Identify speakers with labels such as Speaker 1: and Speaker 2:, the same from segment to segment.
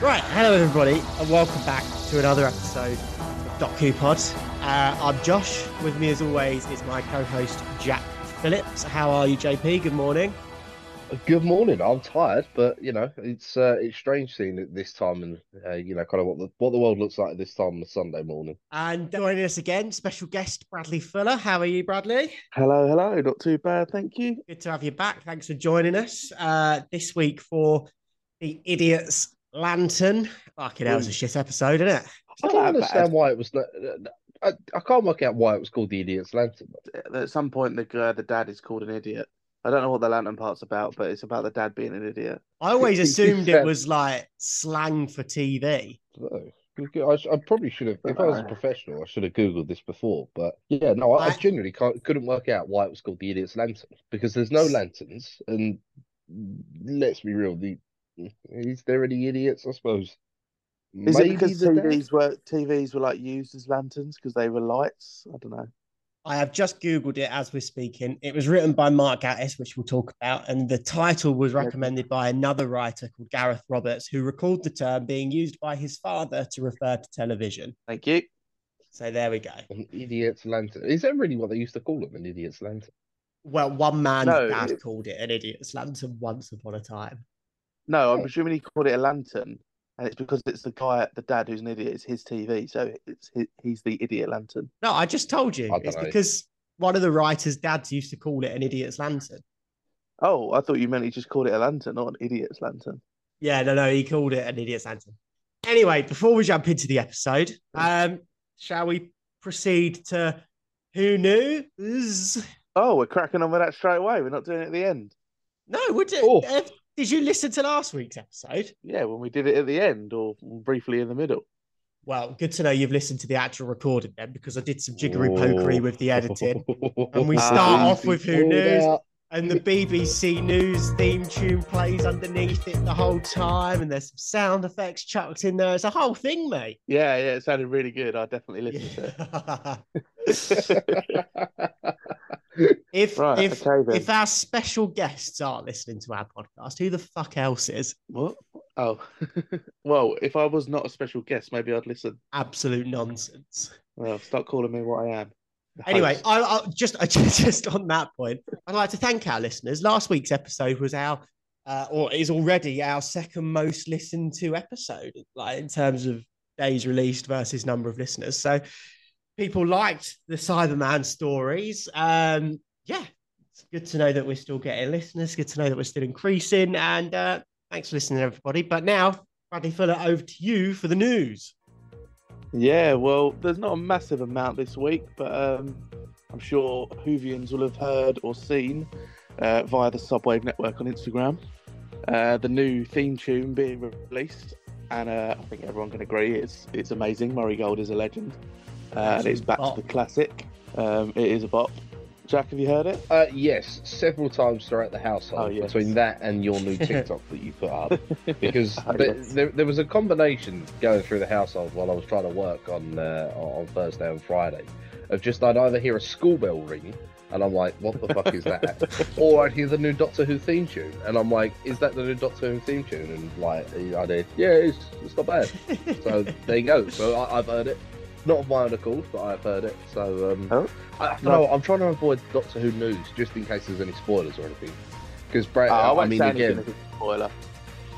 Speaker 1: Right, hello everybody, and welcome back to another episode of DocuPod. Uh, I'm Josh. With me, as always, is my co-host Jack Phillips. How are you, JP? Good morning.
Speaker 2: Good morning. I'm tired, but you know it's uh, it's strange seeing it this time, and uh, you know kind of what the what the world looks like this time on a Sunday morning.
Speaker 1: And joining us again, special guest Bradley Fuller. How are you, Bradley?
Speaker 3: Hello, hello. Not too bad, thank you.
Speaker 1: Good to have you back. Thanks for joining us uh, this week for the Idiots Lantern. Fucking hell, it was a shit episode, isn't it?
Speaker 2: I don't
Speaker 3: not that
Speaker 2: understand
Speaker 3: bad.
Speaker 2: why it was. Not, I, I can't work out why it was called the Idiot's Lantern.
Speaker 3: At some point, the uh, the dad is called an idiot. I don't know what the lantern part's about, but it's about the dad being an idiot.
Speaker 1: I always assumed it was like slang for TV.
Speaker 2: So, I, sh- I probably should have, if I was a
Speaker 3: Uh.
Speaker 2: professional, I should have googled this before. But yeah, no, I, I
Speaker 1: Right.
Speaker 2: genuinely can't, couldn't work out why it was called the Idiot's Lantern because there's no lanterns, and let's be real, the is there any idiots? I suppose.
Speaker 3: Is
Speaker 2: Maybe
Speaker 3: it because
Speaker 2: the dad?
Speaker 3: TVs were TVs were like used as lanterns because they were lights? I don't know.
Speaker 1: I have just Googled it as we're speaking. It was written by Mark Gattis, which we'll talk about. And the title was recommended by another writer called Gareth Roberts, who recalled the term being used by his father to refer to television.
Speaker 3: Thank you.
Speaker 1: So there we go.
Speaker 2: An idiot's lantern. Is that really what they used to call them? An idiot's lantern.
Speaker 1: Well, one man's
Speaker 3: No,
Speaker 1: dad
Speaker 3: it-
Speaker 1: called it an idiot's lantern once upon a time.
Speaker 3: No, I'm
Speaker 2: Oh.
Speaker 3: presuming he called it a lantern, and it's because it's the guy, the dad who's an idiot. It's his TV, so it's his, he's the idiot lantern.
Speaker 1: No, I just told you.
Speaker 2: I
Speaker 1: It's
Speaker 2: dunno.
Speaker 1: because one of the writer's dads used to call it an idiot's lantern.
Speaker 3: Oh, I thought you meant he just called it a lantern, not an idiot's lantern.
Speaker 1: Yeah, no, no, he called it an idiot's lantern. Anyway, before we jump into the episode, um, shall we proceed to who knew? Zzz.
Speaker 3: Oh, we're cracking on with that straight away. We're not doing it at the end.
Speaker 1: No, would it?
Speaker 2: Oh.
Speaker 1: eh, did you listen to last week's episode?
Speaker 3: Yeah, when we did it at the end or briefly in the middle.
Speaker 1: Well, good to know you've listened to the actual recording then, because I did some jiggery pokery
Speaker 2: Ooh.
Speaker 1: with the editing,
Speaker 2: and
Speaker 1: we
Speaker 3: start
Speaker 1: off with who
Speaker 2: Oh,
Speaker 1: knows? and the BBC News theme tune plays underneath it the whole time, and there's some sound effects chucked in there. It's a whole thing, mate.
Speaker 3: Yeah, yeah, it sounded really good. I definitely listened to it.
Speaker 1: if
Speaker 3: Right,
Speaker 1: if
Speaker 3: okay then.
Speaker 1: if our special guests aren't listening to our podcast, who the fuck else is?
Speaker 3: What? Oh, well, if I was not a special guest, maybe I'd listen.
Speaker 1: Absolute nonsense.
Speaker 3: Well, stop calling me what I am. The
Speaker 1: Anyway,
Speaker 3: host.
Speaker 1: I, I just I just, just on that point, I'd like to thank our listeners. Last week's episode was our uh, or is already our second most listened to episode, like in terms of days released versus number of listeners. So people liked the Cyberman stories. Um, yeah, it's good to know that we're still getting listeners. Good to know that we're still increasing. And uh, thanks for listening, everybody. But now, Bradley Fuller, over to you for the news.
Speaker 3: yeah, well, there's not a massive amount this week, but um, I'm sure Hoovians will have heard or seen uh, via the Subwave network on Instagram uh, the new theme tune being released. And uh, I think everyone can agree it's it's amazing. Murray Gold is a legend, uh, and it's back
Speaker 1: Bop.
Speaker 3: to the classic. Um, it is a bop. Jack, have you heard it?
Speaker 2: Uh, yes, several times throughout the household
Speaker 3: Oh, yes.
Speaker 2: between that and your new TikTok that you put up, because
Speaker 3: Oh,
Speaker 2: there,
Speaker 3: yes.
Speaker 2: there, there was a combination going through the household while I was trying to work on uh, on Thursday and Friday, of just I'd either hear a school bell ring. And I'm like, what the fuck is that? or I'd hear the new Doctor Who theme tune, and I'm like, is that the new Doctor Who theme tune? And like, I did, yeah, it's, it's not bad. So there you go. So I, I've heard it. Not of my own accord, but I've heard it. So um,
Speaker 3: Oh.
Speaker 2: I, I don't know. I'm trying to avoid Doctor Who news just in case there's any spoilers or anything. Because Brad,
Speaker 3: Oh, I
Speaker 2: I
Speaker 3: won't
Speaker 2: mean,
Speaker 3: say anything
Speaker 2: again,
Speaker 3: if it's a spoiler.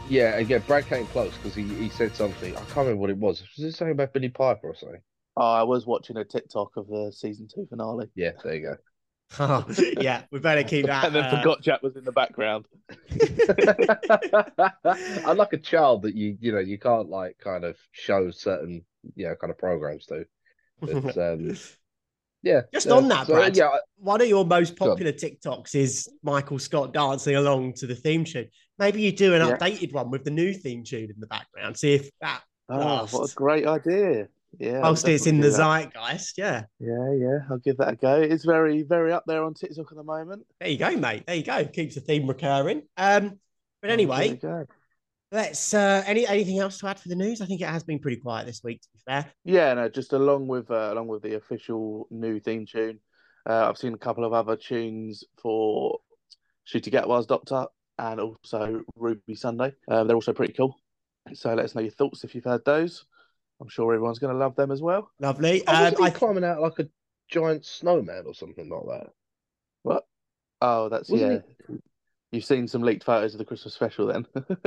Speaker 2: yeah, again, Brad came close because he, he said something. I can't remember what it was. Was it something about Billy Piper or something?
Speaker 3: Oh, I was watching a TikTok of the season two finale.
Speaker 2: Yeah, there you go.
Speaker 1: yeah, we better keep that.
Speaker 3: and then
Speaker 1: uh,
Speaker 3: forgot Jack was in the background.
Speaker 2: I'm like a child that you you know you can't like kind of show certain you know kind of programs to. But, um, yeah,
Speaker 1: Just
Speaker 2: uh,
Speaker 1: on that,
Speaker 2: so,
Speaker 1: Brad.
Speaker 2: Yeah,
Speaker 1: One of your most
Speaker 2: Go on.
Speaker 1: popular TikToks is Michael Scott dancing along to the theme tune. Maybe you do an
Speaker 3: Yeah.
Speaker 1: updated one with the new theme tune in the background. See if that
Speaker 3: Oh,
Speaker 1: Blast.
Speaker 3: what a great idea! Yeah, I'll
Speaker 1: whilst it's in the
Speaker 3: definitely do that.
Speaker 1: zeitgeist. Yeah,
Speaker 3: Yeah, yeah, I'll give that a go. It's very, very up there on TikTok at the moment.
Speaker 1: there you go, mate. There you go. Keeps the theme recurring. Um, but anyway,
Speaker 3: There we go.
Speaker 1: let's. Uh, any anything else to add for the news? I think it has been pretty quiet this week. To be fair,
Speaker 3: yeah, no, just along with uh, along with the official new theme tune, uh, I've seen a couple of other tunes for Shooty Gatwa's Doctor and also Ruby Sunday. Uh, they're also pretty cool. So let us know your thoughts if you've heard those. I'm sure everyone's going to love them as well.
Speaker 1: Lovely.
Speaker 2: I
Speaker 1: Um,
Speaker 2: was
Speaker 1: I,
Speaker 2: climbing out like a giant snowman or something like that.
Speaker 3: What? Oh, that's
Speaker 2: Wasn't
Speaker 3: yeah. You've seen some leaked photos of the Christmas special then.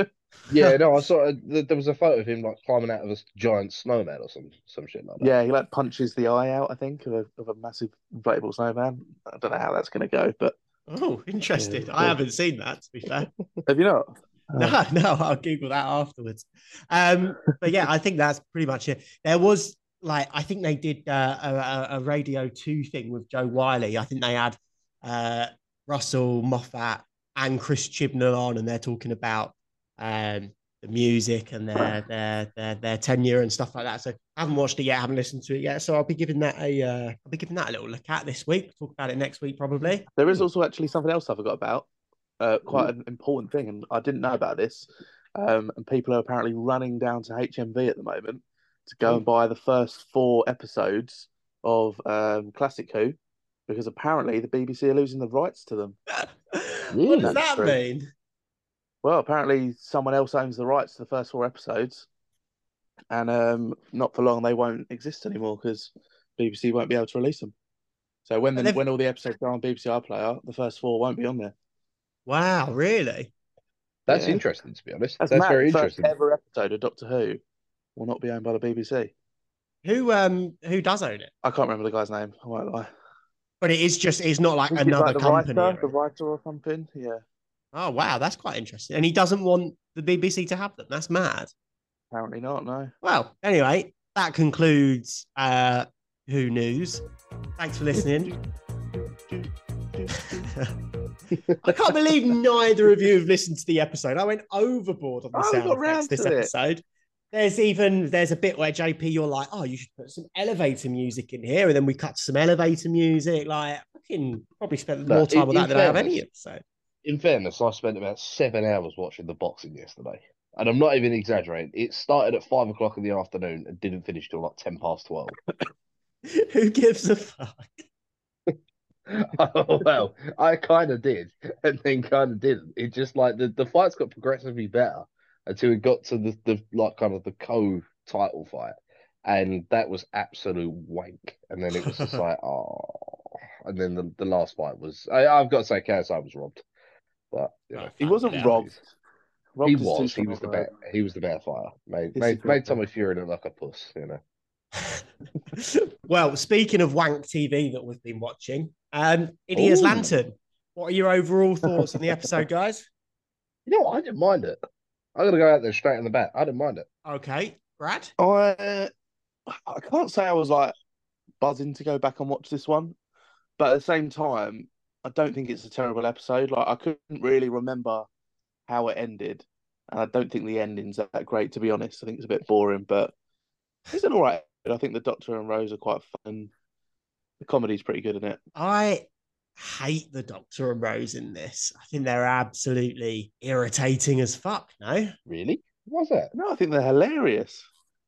Speaker 2: Yeah, no, I saw uh, th- there was a photo of him like climbing out of a s- giant snowman or some some shit like that.
Speaker 3: yeah, he like punches the eye out, I think, of a, of a massive inflatable snowman. I don't know how that's going to go, but
Speaker 1: oh, interested.
Speaker 3: Yeah,
Speaker 1: I
Speaker 3: cool.
Speaker 1: haven't seen that. To be fair.
Speaker 3: have you not?
Speaker 1: No, no, I'll Google that afterwards. Um, but yeah, I think that's pretty much it. There was like I think they did uh, a- a, a Radio Two thing with Joe Wiley. I think they had uh, Russell Moffat and Chris Chibnall on, and they're talking about um, the music and their, their their their tenure and stuff like that. So I haven't watched it yet, haven't listened to it yet. So I'll be giving that a uh, I'll be giving that a little look at this week. Talk about it next week probably.
Speaker 3: There is also actually something else I forgot about. Uh, quite an important thing, and I didn't know about this. Um, and people are apparently running down to HMV at the moment to go and buy the first four episodes of um, Classic Who, because apparently the BBC are losing the rights to them.
Speaker 1: what does
Speaker 2: that's
Speaker 1: that
Speaker 3: true.
Speaker 1: mean?
Speaker 3: Well, apparently someone else owns the rights to the first four episodes, and um, not for long they won't exist anymore because BBC won't be able to release them. So when
Speaker 1: And
Speaker 3: the,
Speaker 1: they've-
Speaker 3: when all the episodes are on BBC iPlayer, the first four won't be on there.
Speaker 1: Wow, really?
Speaker 2: That's
Speaker 3: Yeah.
Speaker 2: interesting to be honest.
Speaker 3: That's,
Speaker 2: That's,
Speaker 3: mad.
Speaker 2: very
Speaker 3: First
Speaker 2: interesting.
Speaker 3: ever episode of Doctor Who will not be owned by the BBC.
Speaker 1: Who um who does own it?
Speaker 3: I can't remember the guy's name. I won't lie.
Speaker 1: But it is just it's not like
Speaker 3: I think he's,
Speaker 1: another
Speaker 3: like, the
Speaker 1: company.
Speaker 3: writer, the
Speaker 1: or-
Speaker 3: writer or something. Yeah,
Speaker 1: Oh wow, that's quite interesting. And he doesn't want the BBC to have them. That's mad.
Speaker 3: apparently not. No.
Speaker 1: Well, anyway, that concludes uh Who News. Thanks for listening. I can't believe neither of you have listened to the episode. I went overboard on the
Speaker 3: Oh, we
Speaker 1: sound
Speaker 3: got round
Speaker 1: effects this
Speaker 3: to it.
Speaker 1: episode. There's even there's a bit where JP, you're like, oh, you should put some elevator music in here, and then we cut to some elevator music. Like, I can probably spend
Speaker 2: No,
Speaker 1: more time
Speaker 2: in-
Speaker 1: on that
Speaker 2: in
Speaker 1: than I have
Speaker 2: fairness-
Speaker 1: any episode.
Speaker 2: In fairness, I spent about seven hours watching the boxing yesterday, and I'm not even exaggerating. It started at five o'clock in the afternoon and didn't finish till like ten past twelve.
Speaker 1: Who gives a fuck?
Speaker 2: oh well, I kind of did, and then kind of didn't. It just like the, the fights got progressively better until it got to the, the like kind of the co title fight, and that was absolute wank. And then it was just like oh, and then the, the last fight was I, I've got to say, KSI was robbed, but you know,
Speaker 3: He wasn't
Speaker 1: Yeah.
Speaker 3: robbed. robbed.
Speaker 2: he
Speaker 3: is too
Speaker 2: was he
Speaker 3: strong
Speaker 2: was
Speaker 3: a
Speaker 2: the
Speaker 3: word.
Speaker 2: better he was the better fighter. Made
Speaker 3: It's
Speaker 2: made,
Speaker 3: a
Speaker 2: made
Speaker 3: good
Speaker 2: Tommy Fury look like a puss, you know.
Speaker 1: well, speaking of wank TV that we've been watching, um, Idiot's
Speaker 2: Ooh.
Speaker 1: Lantern. What are your overall thoughts on the episode, guys?
Speaker 2: You know, what? I didn't mind it. I'm gonna go out there straight in the back. I didn't mind it.
Speaker 1: Okay, Brad.
Speaker 3: I I can't say I was like buzzing to go back and watch this one, but at the same time, I don't think it's a terrible episode. Like I couldn't really remember how it ended, and I don't think the ending's that great to be honest. I think it's a bit boring, but it's an alright. I think the Doctor and Rose are quite fun. The comedy's pretty good in it.
Speaker 1: I hate the Doctor and Rose in this. I think they're absolutely irritating as fuck. No,
Speaker 2: Really? What was that?
Speaker 3: No, I think they're hilarious.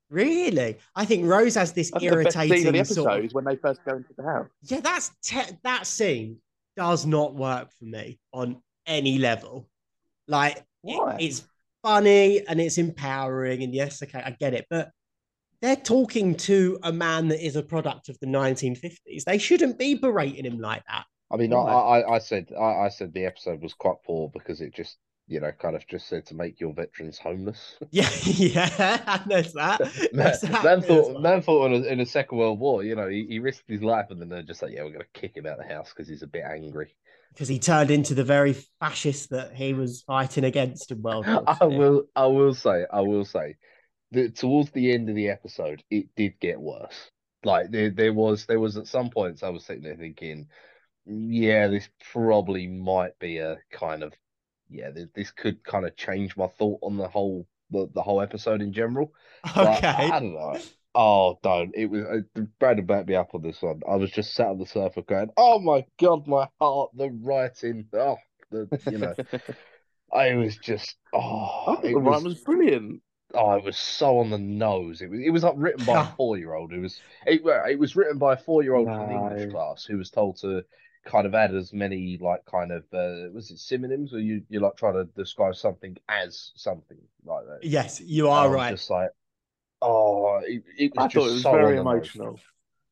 Speaker 1: really. I think Rose has this
Speaker 3: I think the best
Speaker 1: irritating
Speaker 3: scene of the
Speaker 1: sort of-
Speaker 3: episode is when they first go into the house.
Speaker 1: yeah, that's te- that scene does not work for me on any level. Like it-
Speaker 3: Why?
Speaker 1: it's funny and it's empowering, and yes, okay, I get it, but they're talking to a man that is a product of the 1950s. They shouldn't be berating him like that.
Speaker 2: I mean, I,
Speaker 3: Right.
Speaker 2: I, I said I, I said the episode was quite poor because it just, you know, kind of just said to make your veterans homeless.
Speaker 1: Yeah, yeah, there's that.
Speaker 2: Man,
Speaker 1: There's that
Speaker 2: man
Speaker 1: bit
Speaker 2: thought,
Speaker 1: as well.
Speaker 2: man thought in, a, in the Second World War, you know, he, he risked his life, and then they're just like, yeah, we're gonna kick him out of the house because he's a bit angry.
Speaker 1: because he turned into the very fascist that he was fighting against in World War
Speaker 2: I
Speaker 1: II.
Speaker 2: will, I will say, I will say, that towards the end of the episode, it did get worse. Like there, there was, there was at some points I was sitting there thinking, yeah, this probably might be a kind of, yeah, this, this could kind of change my thought on the whole, the, the whole episode in general. But
Speaker 1: Okay.
Speaker 2: I don't know. Oh, don't. It was uh, Brandon backed me up on this one. I was just sat on the sofa going, "Oh my god, my heart, the writing, oh, the you know." I was just
Speaker 3: I
Speaker 2: oh,
Speaker 3: think
Speaker 2: it
Speaker 3: the
Speaker 2: was,
Speaker 3: rhyme was brilliant.
Speaker 2: oh, it was so on the nose. It was it was like written by a four year old. It was it, well, it was written by a four year old from an
Speaker 3: No.
Speaker 2: English class who was told to kind of add as many like kind of uh, was it synonyms or you you like trying to describe something as something like that.
Speaker 1: Yes, you are
Speaker 2: And I'm
Speaker 1: right.
Speaker 2: Just like oh, it, it was
Speaker 3: I
Speaker 2: just
Speaker 3: thought it was
Speaker 2: so
Speaker 3: very
Speaker 2: on the nose.
Speaker 3: emotional.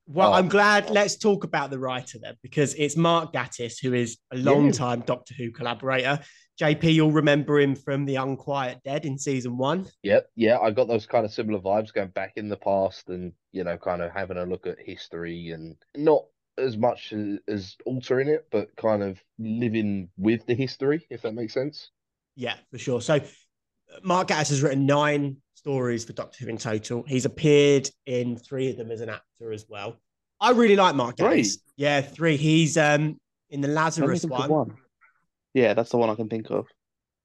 Speaker 1: Well,
Speaker 2: Oh.
Speaker 1: I'm glad. Let's talk about the writer then, because it's Mark Gattis, who is a long time Doctor Who collaborator. JP, you'll remember him from The Unquiet Dead in season one.
Speaker 2: Yep, yeah, I got those kind of similar vibes going back in the past and, you know, kind of having a look at history and not as much as, as altering it, but kind of living with the history, if that makes sense.
Speaker 1: Yeah, for sure. So, Mark Gattis has written nine stories for Doctor Who in total. He's appeared in three of them as an actor as well. I really like Mark
Speaker 3: Three?
Speaker 1: Gattis. Yeah, three. He's um in the
Speaker 3: Only
Speaker 1: Lazarus
Speaker 3: think of
Speaker 1: one.
Speaker 3: one. Yeah, that's the one I can think of.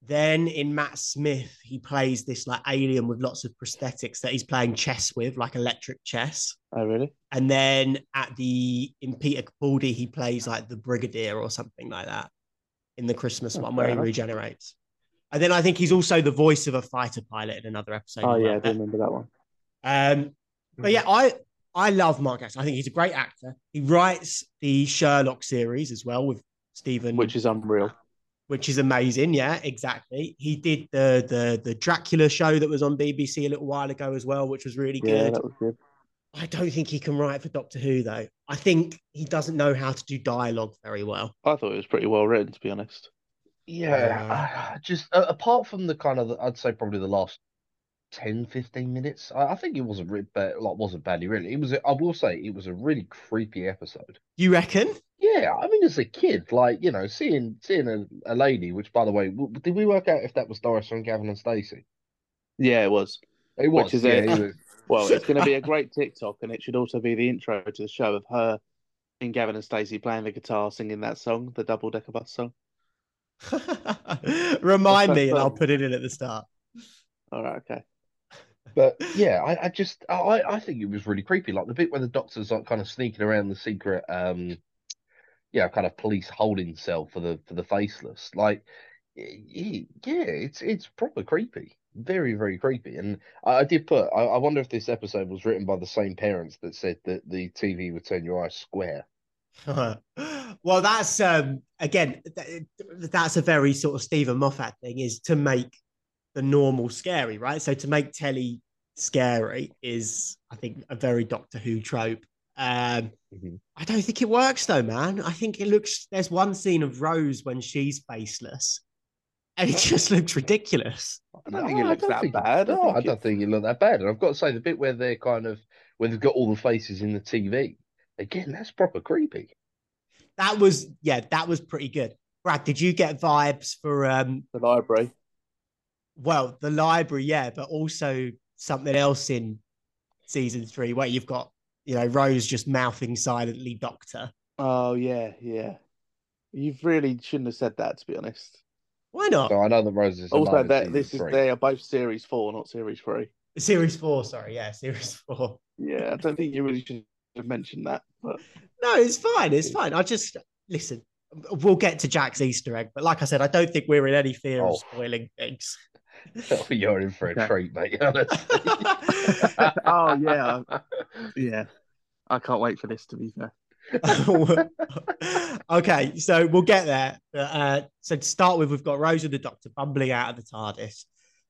Speaker 1: Then in Matt Smith, he plays this like alien with lots of prosthetics that he's playing chess with, like electric chess.
Speaker 3: Oh, really?
Speaker 1: And then at the in Peter Capaldi, he plays like the Brigadier or something like that in the Christmas
Speaker 3: Oh,
Speaker 1: one where
Speaker 3: fair
Speaker 1: he
Speaker 3: enough.
Speaker 1: regenerates. And then I think he's also the voice of a fighter pilot in another episode.
Speaker 3: Oh,
Speaker 1: as
Speaker 3: yeah, I Mm-hmm.
Speaker 1: well.
Speaker 3: do remember that one.
Speaker 1: Um, but yeah, I I love Mark Gattis. I think he's a great actor. He writes the Sherlock series as well with Stephen,
Speaker 3: Which is unreal.
Speaker 1: which is amazing. Yeah, exactly. He did the the the Dracula show that was on BBC a little while ago as well, which was really
Speaker 3: Yeah,
Speaker 1: good.
Speaker 3: that was good.
Speaker 1: I don't think he can write for Doctor Who though. I think he doesn't know how to do dialogue very well.
Speaker 3: I thought it was pretty well written, to be honest.
Speaker 2: Yeah, I- just uh, apart from the kind of, I'd say probably the last 10, 15 minutes, I, I think it wasn't really bad, like, wasn't badly really. It was, a, I will say, it was a really creepy episode.
Speaker 1: You reckon?
Speaker 2: Yeah, I mean, as a kid, like, you know, seeing seeing a, a lady, which by the way, w- did we work out if that was Doris from Gavin and Stacey?
Speaker 3: Yeah, it was.
Speaker 2: It
Speaker 3: Which
Speaker 2: was,
Speaker 3: is
Speaker 2: yeah,
Speaker 3: a-
Speaker 2: he was-
Speaker 3: Well, it's going to be a great TikTok, and it should also be the intro to the show of her and Gavin and Stacey playing the guitar, singing that song, the double decker bus song.
Speaker 1: Remind
Speaker 3: What's
Speaker 1: me,
Speaker 3: that
Speaker 1: and I'll
Speaker 3: from?
Speaker 1: put it in at the start.
Speaker 3: All right, okay.
Speaker 2: But yeah, I, I just I- I, I think it was really creepy. Like the bit where the doctor's like kind of sneaking around the secret um yeah, kind of police holding cell for the for the faceless. Like y- y- yeah, it's it's proper creepy. Very, very creepy. And I, I did put I, I wonder if this episode was written by the same parents that said that the TV would turn your eyes square.
Speaker 1: well, that's um, again, th- that's a very sort of Stephen Moffat thing is to make the normal scary, right? So to make telly scary is, I think, a very Doctor Who trope. Um,
Speaker 2: Mhm.
Speaker 1: I don't think it works though, man. I think it looks. There's one scene of Rose when she's faceless, and it just looks ridiculous.
Speaker 3: I don't think it looks
Speaker 2: don't
Speaker 3: that
Speaker 2: think
Speaker 3: bad. I
Speaker 2: No,
Speaker 3: think
Speaker 2: I don't think it looked that bad. And I've got to say the bit where they're kind of where they've got all the faces in the TV, again, that's proper creepy.
Speaker 1: That was, yeah, that was pretty good. Brad, did you get vibes for um,
Speaker 3: The library.
Speaker 1: Well, the library, yeah, but also something else in season three where you've got, you know, Rose just mouthing silently Doctor.
Speaker 3: Oh, yeah, yeah. You really shouldn't have said that, to be honest.
Speaker 1: Why not?
Speaker 2: So I know that Rose is
Speaker 3: Oh. Also,
Speaker 2: alive in
Speaker 3: that
Speaker 2: season
Speaker 3: this is
Speaker 2: three.
Speaker 3: they are both series four, not series three.
Speaker 1: Series four, sorry. Yeah, series four.
Speaker 3: Yeah, I don't think you really should have mentioned that. But
Speaker 1: No, it's fine. It's fine. I just, listen, we'll get to Jack's Easter egg, but like I said, I don't think we're in any fear of
Speaker 2: Oh.
Speaker 1: spoiling things.
Speaker 2: Oh, You're in for a
Speaker 3: Okay.
Speaker 2: treat, mate. honestly.
Speaker 3: oh yeah, yeah. I can't wait for this. To be fair,
Speaker 1: okay, so we'll get there. But, Uh, so to start with, we've got Rose and the Doctor bumbling out of the TARDIS,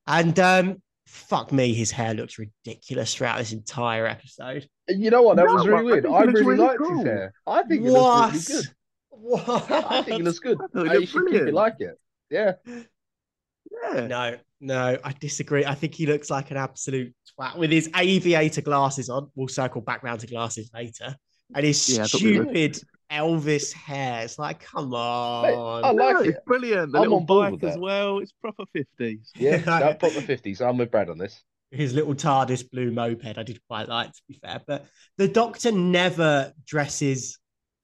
Speaker 1: and um, fuck me, his hair looks ridiculous throughout this entire episode.
Speaker 2: You know what? That
Speaker 3: No,
Speaker 2: was
Speaker 3: I
Speaker 2: really weird.
Speaker 3: think
Speaker 2: I
Speaker 3: it looks
Speaker 2: really
Speaker 3: really
Speaker 2: liked
Speaker 3: cool.
Speaker 2: his hair. I think it
Speaker 1: what?
Speaker 2: looks really good.
Speaker 1: What?
Speaker 2: I think it looks good.
Speaker 3: I thought it
Speaker 2: Hey, you
Speaker 3: looked
Speaker 2: should keep
Speaker 3: brilliant.
Speaker 2: it like it. Yeah.
Speaker 3: yeah.
Speaker 1: no, no, I disagree. I think he looks like an absolute twat with his aviator glasses on. We'll circle back round to glasses later, and his
Speaker 3: Yeah, I thought we were-
Speaker 1: stupid Elvis hair. It's like, come on.
Speaker 2: I like
Speaker 3: No,
Speaker 2: it.
Speaker 3: It's brilliant. The
Speaker 2: I'm
Speaker 3: little
Speaker 2: on board
Speaker 3: bike
Speaker 2: with
Speaker 3: as
Speaker 2: that.
Speaker 3: well. It's proper fifties.
Speaker 2: Yeah. No, pop the 50s. I'm with Brad on this.
Speaker 1: his little TARDIS blue moped. I did quite like, to be fair. But the Doctor never dresses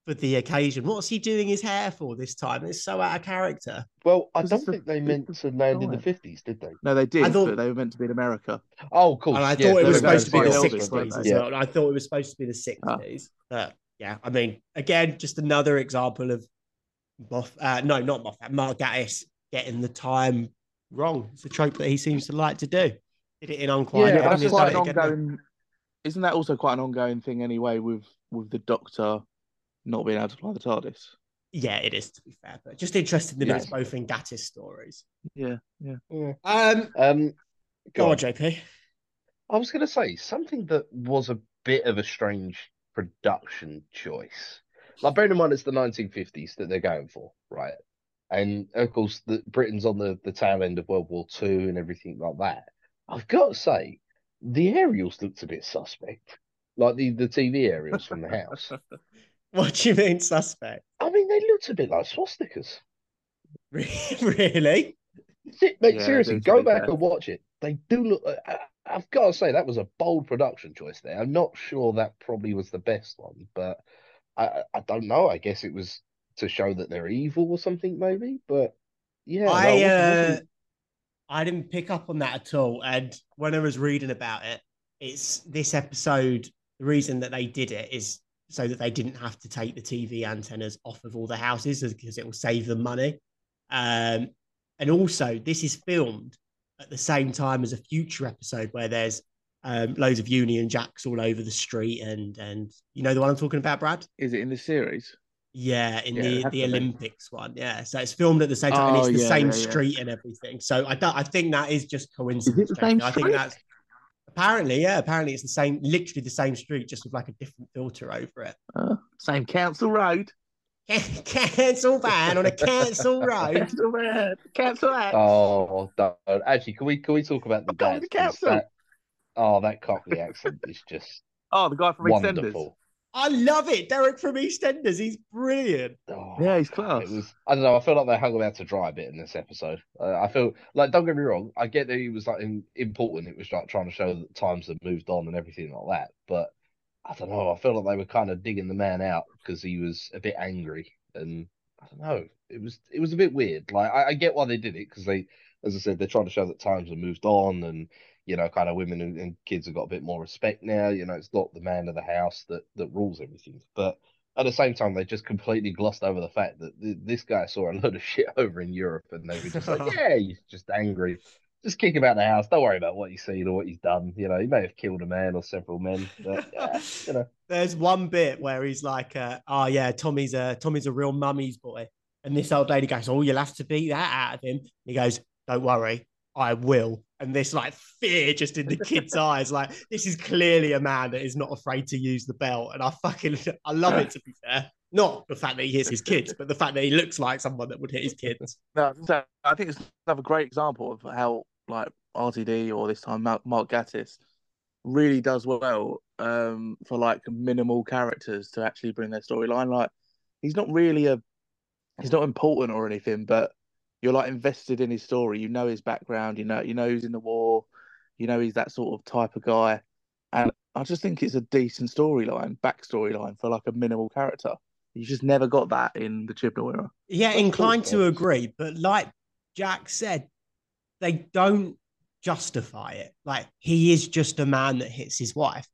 Speaker 1: for the occasion. What's he doing his hair for this time? It's so out of character.
Speaker 2: Well, I
Speaker 3: 'Cause
Speaker 2: don't
Speaker 3: it's a-
Speaker 2: think they
Speaker 3: it's
Speaker 2: meant
Speaker 3: a
Speaker 2: to land in the
Speaker 3: diet.
Speaker 2: 50s, did they?
Speaker 3: No, they did,
Speaker 1: I thought-
Speaker 3: but they were meant to be in America.
Speaker 2: Oh, cool.
Speaker 1: And I
Speaker 2: Yeah,
Speaker 1: thought it
Speaker 2: so
Speaker 1: was
Speaker 2: they're
Speaker 1: supposed to be
Speaker 2: going
Speaker 1: the
Speaker 2: somewhere
Speaker 3: Elvis,
Speaker 2: else, weren't
Speaker 1: 60s as
Speaker 2: they?
Speaker 1: well. And I thought it was supposed to be the
Speaker 2: Ah.
Speaker 1: 60s. But yeah, I mean, again, just another example of Moff, uh, no, not Moffat, Mark Gattis getting the time wrong. It's a trope that he seems to like to do. Did it in Unquiet.
Speaker 2: Yeah,
Speaker 1: Dead,
Speaker 2: that's
Speaker 1: and he's
Speaker 2: quite
Speaker 1: done it again now.
Speaker 3: Isn't that also quite an ongoing thing anyway with with the Doctor not being able to fly the TARDIS?
Speaker 1: Yeah, it is to be fair, but just interested that it's both in Gattis stories.
Speaker 3: Yeah, yeah.
Speaker 1: Um,
Speaker 2: Um,
Speaker 1: go on,
Speaker 2: God,
Speaker 1: JP.
Speaker 2: I was going to say something that was a bit of a strange production choice. Like, bearing in mind it's the 1950s that they're going for, right? And of course, the, Britain's on the, the tail end of World War Two and everything like that. I've got to say, the aerials looked a bit suspect, like the, the TV aerials from the house.
Speaker 1: What do you mean, suspect?
Speaker 2: I mean, they looked a bit like swastikas.
Speaker 1: really?
Speaker 2: Se- Mate,
Speaker 3: Yeah,
Speaker 2: seriously,
Speaker 3: those
Speaker 2: go
Speaker 3: really
Speaker 2: back
Speaker 3: bad.
Speaker 2: and watch it. They do look. I- I, I've got to say that was a bold production choice there. I'm not sure that probably was the best one, but I, I- I don't know. I guess it was to show that they're evil or something, maybe. But yeah, no,
Speaker 1: I
Speaker 2: it
Speaker 1: uh,
Speaker 2: wasn't-
Speaker 1: I didn't pick up on that at all. And when I was reading about it, it's this episode. The reason that they did it is so that they didn't have to take the TV antennas off of all the houses because it will save them money. Um, and also, this is filmed at the same time as a future episode where there's um, loads of Union Jacks all over the street, and and you know the one I'm talking about, Brad.
Speaker 3: Is it in the series?
Speaker 1: Yeah, in
Speaker 3: Yeah, it'd
Speaker 1: the
Speaker 3: have
Speaker 1: the
Speaker 3: to be.
Speaker 1: Olympics one. Yeah, so it's filmed at the same time,
Speaker 3: Oh,
Speaker 1: and it's the
Speaker 3: yeah,
Speaker 1: same
Speaker 3: yeah, yeah.
Speaker 1: street and everything. So I don't. I think that is just coincidence.
Speaker 3: the
Speaker 1: Jamie.
Speaker 3: same
Speaker 1: I think
Speaker 3: street?
Speaker 1: that's apparently yeah. Apparently it's the same, literally the same street, just with like a different filter over it.
Speaker 3: Same council road.
Speaker 1: cancel van on a cancel road.
Speaker 3: Council road. Council act.
Speaker 2: Oh, don't. Actually, can we can we talk about the
Speaker 3: Oh, the
Speaker 2: dad? 'Cause
Speaker 3: capsule.
Speaker 2: that- oh, that Cockney accent is just
Speaker 3: Oh, the guy from EastEnders.
Speaker 2: wonderful.
Speaker 1: I love it, Derek from EastEnders. He's brilliant.
Speaker 2: Oh,
Speaker 3: Yeah, he's class.
Speaker 2: It was. I don't know. I feel like they hung him out to dry a bit in this episode. Uh, I feel like don't get me wrong. I get that he was like in, important. It was like trying to show that times have moved on and everything like that. But I don't know. I feel like they were kind of digging the man out because he was a bit angry and I don't know. It was it was a bit weird. Like I, I get why they did it because they, as I said, they're trying to show that times have moved on and you know, kind of women and, and kids have got a bit more respect now. You know, it's not the man of the house that that rules everything, but at the same time, they just completely glossed over the fact that th- this guy saw a load of shit over in Europe, and they were just like, "Yeah, he's just angry. Just kick him out of the house. Don't worry about what he's seen or what he's done. You know, he may have killed a man or several men, but yeah, you know,
Speaker 1: There's one bit where he's like, uh, "Oh yeah, Tommy's a Tommy's a real mummy's boy," and this old lady goes, "Oh, you'll have to beat that out of him." And he goes, "Don't worry, I will." And this like fear just in the kid's eyes, like this is clearly a man that is not afraid to use the belt. And I fucking I love it to be fair. Not the fact that he hits his kids, but the fact that he looks like someone that would hit his kids.
Speaker 3: No, so I think it's another great example of how like RTD or this time Mark, Mark Gattis really does well um, for like minimal characters to actually bring their storyline. Like he's not really a he's not important or anything, but you're like invested in his story. You know his background. You know you know he's in the war. You know he's that sort of type of guy, and I just think it's a decent storyline, backstory line for like a minimal character. You just never got that in the Chibnall era.
Speaker 1: Yeah,
Speaker 2: Of course,
Speaker 1: inclined to
Speaker 2: yes.
Speaker 1: agree, but like Jack said, they don't justify it. Like he is just a man that hits his wife.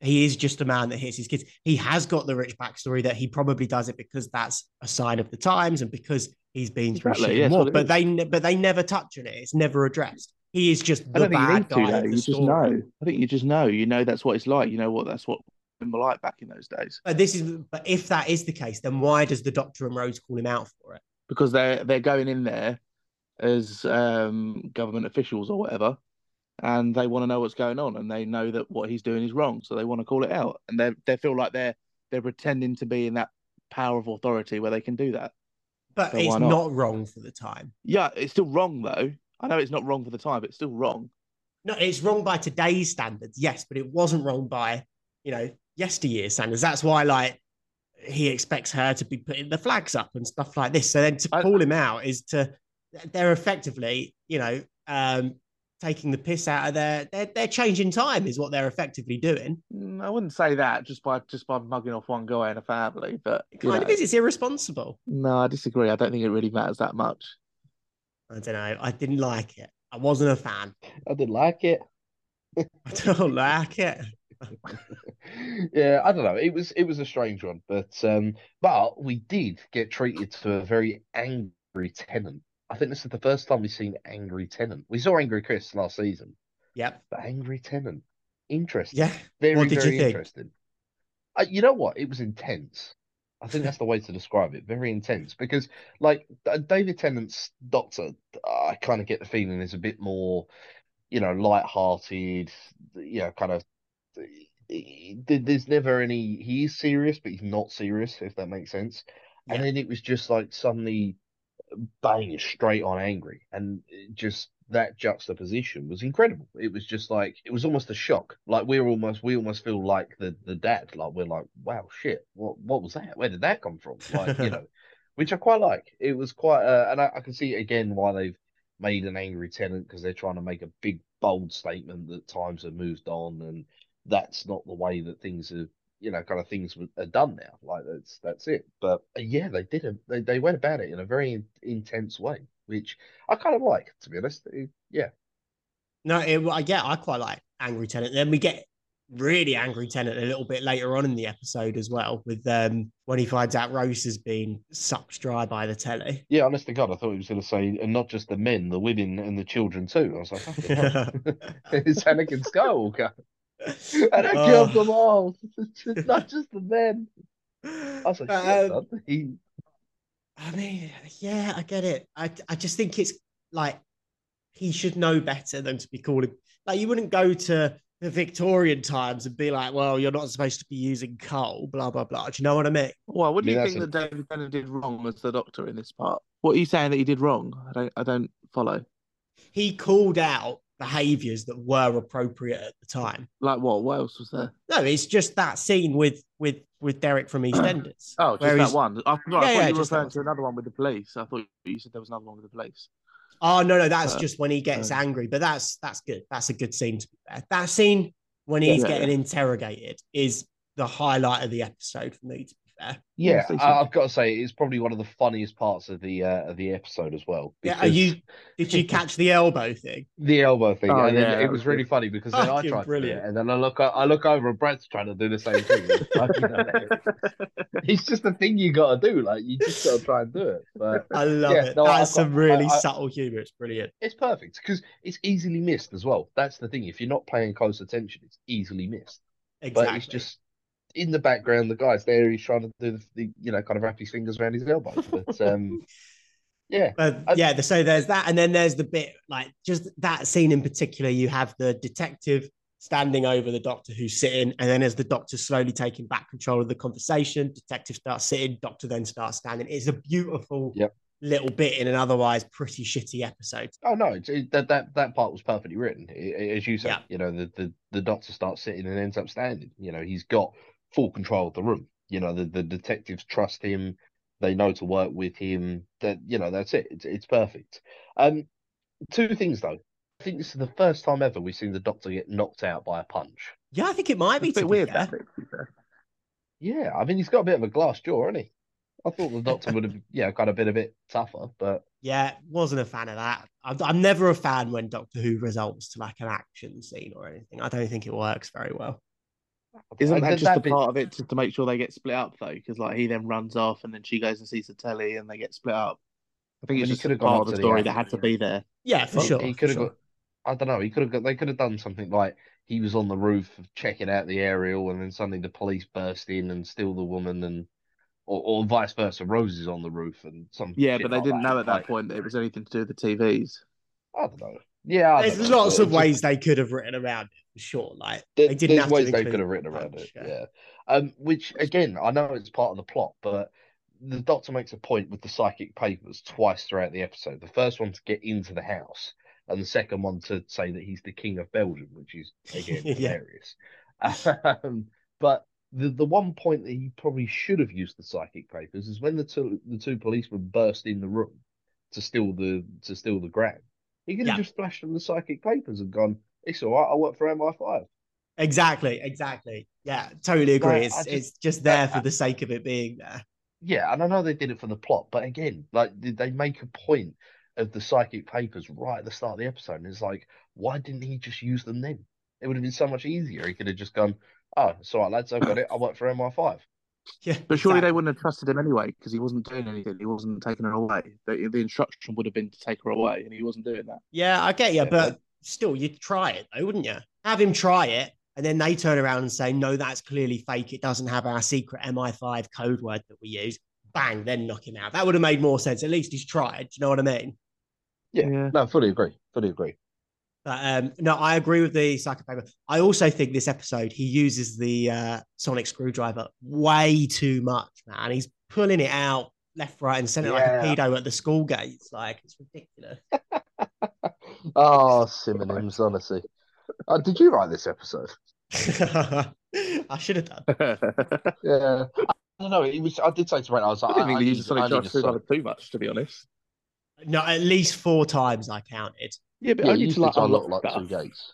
Speaker 1: He is just a man that hits his kids. He has got the rich backstory that he probably does it because that's a sign of the times and because he's been through shit
Speaker 3: Exactly, yeah,
Speaker 1: and
Speaker 3: that's
Speaker 1: war.
Speaker 3: what it
Speaker 1: But
Speaker 3: is.
Speaker 1: they ne- but they never touch on it. It's never addressed. He is just
Speaker 3: I
Speaker 1: the
Speaker 3: don't think you
Speaker 1: bad
Speaker 3: need to
Speaker 1: guy.
Speaker 3: though.
Speaker 1: of the
Speaker 3: You just
Speaker 1: story.
Speaker 3: know. I think you just know. You know that's what it's like. You know what that's what women were like back in those days
Speaker 1: But this is but if that is the case, then why does the Doctor and Rose call him out for it?
Speaker 3: because they're they're going in there as um, government officials or whatever, and they want to know what's going on, and they know that what he's doing is wrong, so they want to call it out, and they they feel like they're they're pretending to be in that power of authority where they can do that.
Speaker 1: But
Speaker 3: So
Speaker 1: it's
Speaker 3: why
Speaker 1: not?
Speaker 3: not?
Speaker 1: wrong for the time.
Speaker 3: Yeah, it's still wrong though. I know it's not wrong for the time, but it's still wrong.
Speaker 1: No, it's wrong by today's standards, yes, but it wasn't wrong by, you know, yesteryear standards. That's why, like, he expects her to be putting the flags up and stuff like this. So then to
Speaker 3: I-
Speaker 1: call him out is to, they're effectively, you know, um, taking the piss out of their, they're, they're changing time is what they're effectively doing.
Speaker 3: Mm, I wouldn't say that just by just by mugging off one guy and a family, but
Speaker 1: It
Speaker 3: you
Speaker 1: kind
Speaker 3: know.
Speaker 1: of is, it's irresponsible.
Speaker 3: no, I disagree. I don't think it really matters that much.
Speaker 1: I don't know. I didn't like it. I wasn't a fan.
Speaker 2: I didn't like it.
Speaker 1: I don't like it.
Speaker 2: yeah, I don't know. It was it was a strange one, but um, but we did get treated to a very angry tenant. I think this is the first time we've seen angry tenant. We saw angry Chris last season,
Speaker 1: Yep.
Speaker 2: but angry tenant, interesting.
Speaker 1: Yeah.
Speaker 2: Very,
Speaker 1: What did you
Speaker 2: very
Speaker 1: think?
Speaker 2: interesting. Uh, you know what? It was intense. I think that's the way to describe it. Very intense because, like, D- David Tennant's Doctor, I kind of get the feeling is a bit more, you know, light-hearted. You know, kind of. he- he- There's never any. He is serious, but he's not serious. If that makes sense. And
Speaker 1: Yeah.
Speaker 2: then it was just like suddenly, bang, straight on angry, and it just that juxtaposition was incredible. It was just like it was almost a shock. Like we're almost we almost feel like the the dad. Like we're like, wow, shit, what what was that? Where did that come from? Like you know, which I quite like. It was quite, uh, and I, I can see again why they've made an angry tenant because they're trying to make a big bold statement that times have moved on and that's not the way that things are. You know, kind of things were- are done now. Like that's that's it. But uh, yeah, they did. A, they they went about it in a very in- intense way, which I kind of like, to be honest. It- yeah,
Speaker 1: No, it, well, yeah, I quite like Angry Tenant. Then we get really Angry Tenant a little bit later on in the episode as well, with um, when he finds out Rose has been sucked dry by the telly.
Speaker 2: yeah. Honest to God, I thought he was going to say, and not just the men, the women, and the children too. I was like, "Fucking hell." it's Anakin Skywalker, and I killed them all, not just the men. I was like,
Speaker 1: But,
Speaker 2: "Shit,
Speaker 1: um,
Speaker 2: son." he,
Speaker 1: I mean, yeah, I get it. I I just think it's like he should know better than to be calling. Like you wouldn't go to the Victorian times and be like, "Well, you're not supposed to be using coal," blah blah blah. Do you know what I mean?
Speaker 3: Well, what do
Speaker 2: I mean,
Speaker 3: you
Speaker 2: that's
Speaker 3: think that David Tennant did wrong as the Doctor in this part? What are you saying that he did wrong? I don't, I don't follow.
Speaker 1: He called out behaviors that were appropriate at the time.
Speaker 3: Like what? What else was there?
Speaker 1: No, it's just that scene with with with Derek from EastEnders.
Speaker 3: Oh, just
Speaker 1: where
Speaker 3: that
Speaker 1: he's-
Speaker 3: one. I forgot.
Speaker 1: Yeah,
Speaker 3: I thought
Speaker 1: yeah,
Speaker 3: you were
Speaker 1: just that
Speaker 3: referring
Speaker 1: one.
Speaker 3: to another one with the police. I thought you said there was another one with the police.
Speaker 1: Oh no, no, that's
Speaker 3: Uh,
Speaker 1: just when he gets
Speaker 3: uh,
Speaker 1: angry. But that's that's good. That's a good scene. To be fair. That scene when he's
Speaker 3: Yeah.
Speaker 1: getting interrogated is the highlight of the episode for me. To be fair,
Speaker 2: yeah,
Speaker 3: say
Speaker 2: I,
Speaker 3: something.
Speaker 2: I've got to say, it's probably one of the funniest parts of the uh, of the episode as well.
Speaker 1: yeah. Are you?
Speaker 2: because
Speaker 1: Did you catch the elbow thing?
Speaker 2: the elbow thing?
Speaker 3: Oh,
Speaker 2: and then
Speaker 3: yeah,
Speaker 2: it
Speaker 3: that
Speaker 2: was
Speaker 3: was
Speaker 2: really
Speaker 3: good.
Speaker 2: funny because then I
Speaker 1: Fucking
Speaker 2: tried to do it,
Speaker 1: brilliant.
Speaker 2: and then I look, I look over, and Brad's trying to do the same thing. It's fucking hilarious. It's just the thing you got to do. Like you just got to try and do it. But
Speaker 1: I love
Speaker 2: Yeah,
Speaker 1: it.
Speaker 2: no, I-
Speaker 1: that's
Speaker 2: I-
Speaker 1: some really
Speaker 2: I-
Speaker 1: subtle humor. It's brilliant.
Speaker 2: It's perfect because it's easily missed as well. That's the thing. If you're not paying close attention, it's easily missed.
Speaker 1: Exactly.
Speaker 2: But it's just in the background. The guy's there. He's trying to do the, the you know kind of wrap his fingers around his elbow. But um, yeah,
Speaker 1: But
Speaker 2: I-
Speaker 1: Uh, yeah, the- so there's that, and then there's the bit like just that scene in particular. You have the detective standing over the doctor who's sitting, and then as the doctor slowly taking back control of the conversation, detective starts sitting, doctor then starts standing. It's a beautiful
Speaker 2: Yep.
Speaker 1: little bit in an otherwise pretty shitty episode.
Speaker 2: Oh no, it's, it, that that that part was perfectly written, I- I- as you say.
Speaker 1: Yeah.
Speaker 2: You know, the, the the doctor starts sitting and ends up standing. You know, he's got full control of the room. You know, the, the detectives trust him. They know to work with him. That you know, that's it. It's, it's perfect. Um, two things though. I think this is the first time ever we've seen the doctor get knocked out by a punch.
Speaker 1: Yeah, I think it might
Speaker 3: It's
Speaker 1: be
Speaker 3: a
Speaker 1: to
Speaker 3: bit
Speaker 1: be
Speaker 3: weird.
Speaker 1: fair.
Speaker 3: that bit, to be fair.
Speaker 2: Yeah, I mean, he's got a bit of a glass jaw, hasn't he? I thought the doctor would have, you know, kind of been a bit tougher, but
Speaker 1: Yeah, wasn't a fan of that. I'm, I'm never a fan when Doctor Who results to like an action scene or anything. I don't think it works very well.
Speaker 3: Isn't
Speaker 2: I-
Speaker 3: that
Speaker 2: th-
Speaker 3: just
Speaker 2: that
Speaker 3: a
Speaker 2: bit-
Speaker 3: part of it just to make sure they get split up though? Because like he then runs off and then she goes and sees the telly and they get split up. I think
Speaker 2: Well,
Speaker 3: it's
Speaker 2: he
Speaker 3: just
Speaker 2: could
Speaker 3: a
Speaker 2: have gone
Speaker 3: part
Speaker 2: up
Speaker 3: of the
Speaker 2: to the
Speaker 3: story
Speaker 2: act,
Speaker 3: that had to be there.
Speaker 1: Yeah, for
Speaker 2: Well,
Speaker 1: sure.
Speaker 2: He
Speaker 1: for
Speaker 2: could have
Speaker 1: sure.
Speaker 2: got. I don't know. He could have got. They could have done something like he was on the roof checking out the aerial, and then suddenly the police burst in and steal the woman, and or, or vice versa. Rose is on the roof, and some.
Speaker 3: Yeah,
Speaker 2: shit
Speaker 3: but they
Speaker 2: like
Speaker 3: didn't know at that
Speaker 2: Like,
Speaker 3: point that it was anything to do with the TVs.
Speaker 2: I don't know. Yeah, I
Speaker 1: There's
Speaker 2: don't know,
Speaker 1: lots
Speaker 2: but
Speaker 1: of
Speaker 2: it's just-
Speaker 1: ways they could have written around it for sure. Like
Speaker 2: There-
Speaker 1: they didn't
Speaker 2: there's
Speaker 1: have to
Speaker 2: ways they
Speaker 1: include
Speaker 2: could have written around
Speaker 1: punch,
Speaker 2: it. Yeah. Um, which again, I know it's part of the plot, but the Doctor makes a point with the psychic papers twice throughout the episode. The first one to get into the house, and the second one to say that he's the king of Belgium, which is again
Speaker 1: Yeah.
Speaker 2: hilarious. Um, but the the one point that he probably should have used the psychic papers is when the two the two policemen burst in the room to steal the to steal the gram. He could have
Speaker 1: Yeah.
Speaker 2: just flashed them the psychic papers and gone, "It's all right. I work for MI5."
Speaker 1: Exactly, exactly. Yeah, totally agree.
Speaker 2: Like,
Speaker 1: it's
Speaker 2: I just-
Speaker 1: it's just there
Speaker 2: I-
Speaker 1: for the sake of it being there.
Speaker 2: Yeah, and I know they did it for the plot, but again, like did they make a point of the psychic papers right at the start of the episode? And it's like, why didn't he just use them then? It would have been so much easier. He could have just gone, "Oh, it's all right, lads, I've got it. I work for MI5."
Speaker 1: Yeah,
Speaker 3: But
Speaker 1: exactly.
Speaker 3: surely they wouldn't have trusted him anyway because he wasn't doing anything. He wasn't taking her away. The, the instruction would have been to take her away, and he wasn't doing that.
Speaker 1: Yeah, I get you,
Speaker 2: Yeah,
Speaker 1: but still, you'd try it though, wouldn't you? Have him try it, And then they turn around and say, no, that's clearly fake. It doesn't have our secret MI5 code word that we use. Bang, then knock him out. That would have made more sense. At least he's tried. Do you know what I mean?
Speaker 2: Yeah. No, fully agree. Fully agree.
Speaker 1: But um, no, I agree with the psycho paper. I also think this episode he uses the uh, sonic screwdriver way too much, man. He's pulling it out left, right, and center
Speaker 2: Yeah.
Speaker 1: like a pedo at the school gates. Like it's ridiculous.
Speaker 2: Oh, synonyms, honestly. Uh, did you write this episode?
Speaker 1: I should have done.
Speaker 3: I
Speaker 2: Yeah. I don't know. It was. I did say to Brent, I was like,
Speaker 3: didn't think they used
Speaker 2: need-
Speaker 3: the Sonic
Speaker 2: I need a
Speaker 3: Drive
Speaker 2: Sonic-
Speaker 3: screwdriver too much, to be honest.
Speaker 1: No, at least four times I counted.
Speaker 3: Yeah, but
Speaker 2: Yeah,
Speaker 3: only
Speaker 2: you
Speaker 3: to like
Speaker 2: did unlock
Speaker 3: unlock
Speaker 2: like two
Speaker 3: stuff.
Speaker 2: gates.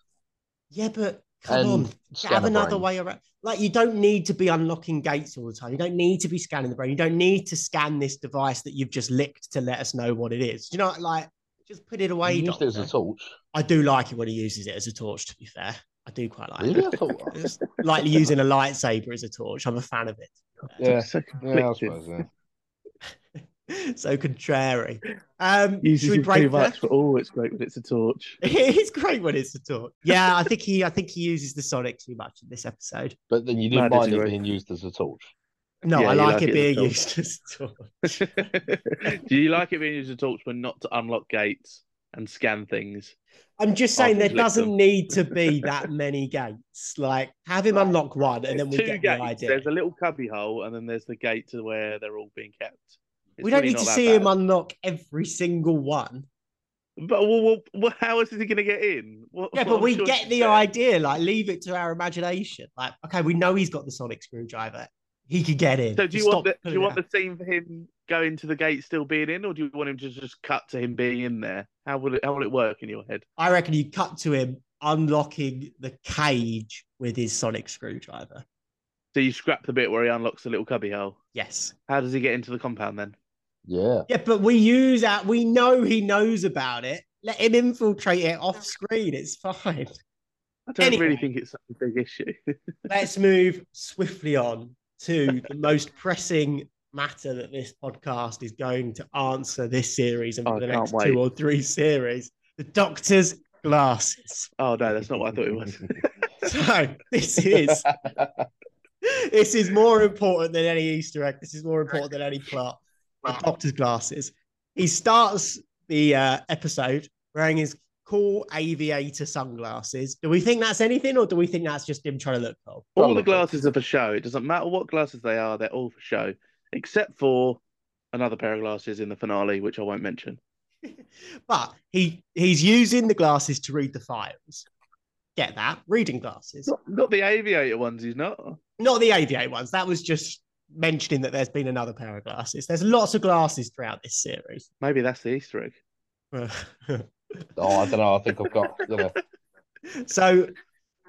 Speaker 1: Yeah, but come
Speaker 2: And
Speaker 1: on, have
Speaker 2: Scanner
Speaker 1: another
Speaker 2: brain.
Speaker 1: way around. Like you don't need to be unlocking gates all the time. You don't need to be scanning the brain. You don't need to scan this device that you've just licked to let us know what it is. Do you know, like just put it away.
Speaker 2: You used it as
Speaker 1: Doctor.
Speaker 2: a torch.
Speaker 1: I do like it when he uses it as a torch. To be fair, I do quite like
Speaker 2: Really?
Speaker 1: it.
Speaker 2: I thought.
Speaker 1: It's like using a lightsaber as a torch. I'm a fan of
Speaker 2: Yeah.
Speaker 3: So
Speaker 2: Yeah, I
Speaker 3: conflicted.
Speaker 2: suppose. Yeah.
Speaker 1: it. so contrary. Um,
Speaker 3: Uses
Speaker 1: should we
Speaker 3: it too
Speaker 1: break that?
Speaker 3: much, but oh, it's great when it's a torch.
Speaker 1: It's great when it's a torch. Yeah, I think he. I think he uses the Sonic too much in this episode.
Speaker 2: But then you didn't
Speaker 3: No, I
Speaker 2: mind
Speaker 3: did
Speaker 2: it
Speaker 3: agree.
Speaker 2: being used as a torch.
Speaker 1: No,
Speaker 3: Yeah,
Speaker 1: I
Speaker 3: you
Speaker 1: like,
Speaker 3: like
Speaker 1: it,
Speaker 3: it as a
Speaker 1: being
Speaker 3: torch.
Speaker 1: used as a torch.
Speaker 3: Do you like it being used as a torch when not to unlock gates and scan things?
Speaker 1: I'm just saying there
Speaker 3: After he's licked
Speaker 1: doesn't
Speaker 3: them.
Speaker 1: need to be that many gates. Like have him unlock one, and then we
Speaker 3: There's
Speaker 1: get
Speaker 3: gates.
Speaker 1: the idea.
Speaker 3: There's a little cubby hole, and then there's the gate to where they're all being kept. It's
Speaker 1: We don't need
Speaker 3: really not
Speaker 1: to
Speaker 3: that
Speaker 1: see
Speaker 3: bad.
Speaker 1: him unlock every single one.
Speaker 3: But well, well, well, how else is he going to get in? What,
Speaker 1: Yeah,
Speaker 3: what
Speaker 1: but we
Speaker 3: choice
Speaker 1: get
Speaker 3: is
Speaker 1: the
Speaker 3: there?
Speaker 1: idea. Like, leave it to our imagination. Like, okay, we know he's got the sonic screwdriver. He could get in.
Speaker 3: So do you
Speaker 1: Just
Speaker 3: want
Speaker 1: stop
Speaker 3: the, do you
Speaker 1: pulling
Speaker 3: want
Speaker 1: it
Speaker 3: the scene for him going to the gate still being in, or do you want him to just cut to him being in there? How will it how will it work in your head?
Speaker 1: out. I reckon you cut to him unlocking the cage with his sonic screwdriver.
Speaker 3: So you scrap the bit where he unlocks the little cubby hole.
Speaker 1: Yes.
Speaker 3: How does he get into the compound then?
Speaker 2: Yeah.
Speaker 1: Yeah, but we use that. We know he knows about it. Let him infiltrate it off screen. It's fine.
Speaker 3: I don't
Speaker 1: Anyway.
Speaker 3: really think it's such a big issue.
Speaker 1: Let's move swiftly on to the most pressing matter that this podcast is going to answer this series and
Speaker 3: Oh,
Speaker 1: for the
Speaker 3: I can't
Speaker 1: next
Speaker 3: wait.
Speaker 1: two or three series the doctor's glasses.
Speaker 3: oh no, that's not what I thought it was.
Speaker 1: So this is this is more important than any Easter egg. This is more important than any plot. The doctor's glasses. He starts the uh, episode wearing his cool aviator sunglasses. Do we think that's anything, or do we think that's just him trying to look cool?
Speaker 3: all the glasses are for show. It doesn't matter what glasses they are; they're all for show, except for another pair of glasses in the finale, which I won't mention.
Speaker 1: But he he's using the glasses to read the files. Get that? Reading glasses.
Speaker 3: Not, not the aviator ones. He's not.
Speaker 1: Not the aviator ones. That was just mentioning that there's been another pair of glasses. There's lots of glasses throughout this series.
Speaker 3: Maybe that's the Easter egg.
Speaker 2: Oh, I don't know. I think I've got. You know,
Speaker 1: so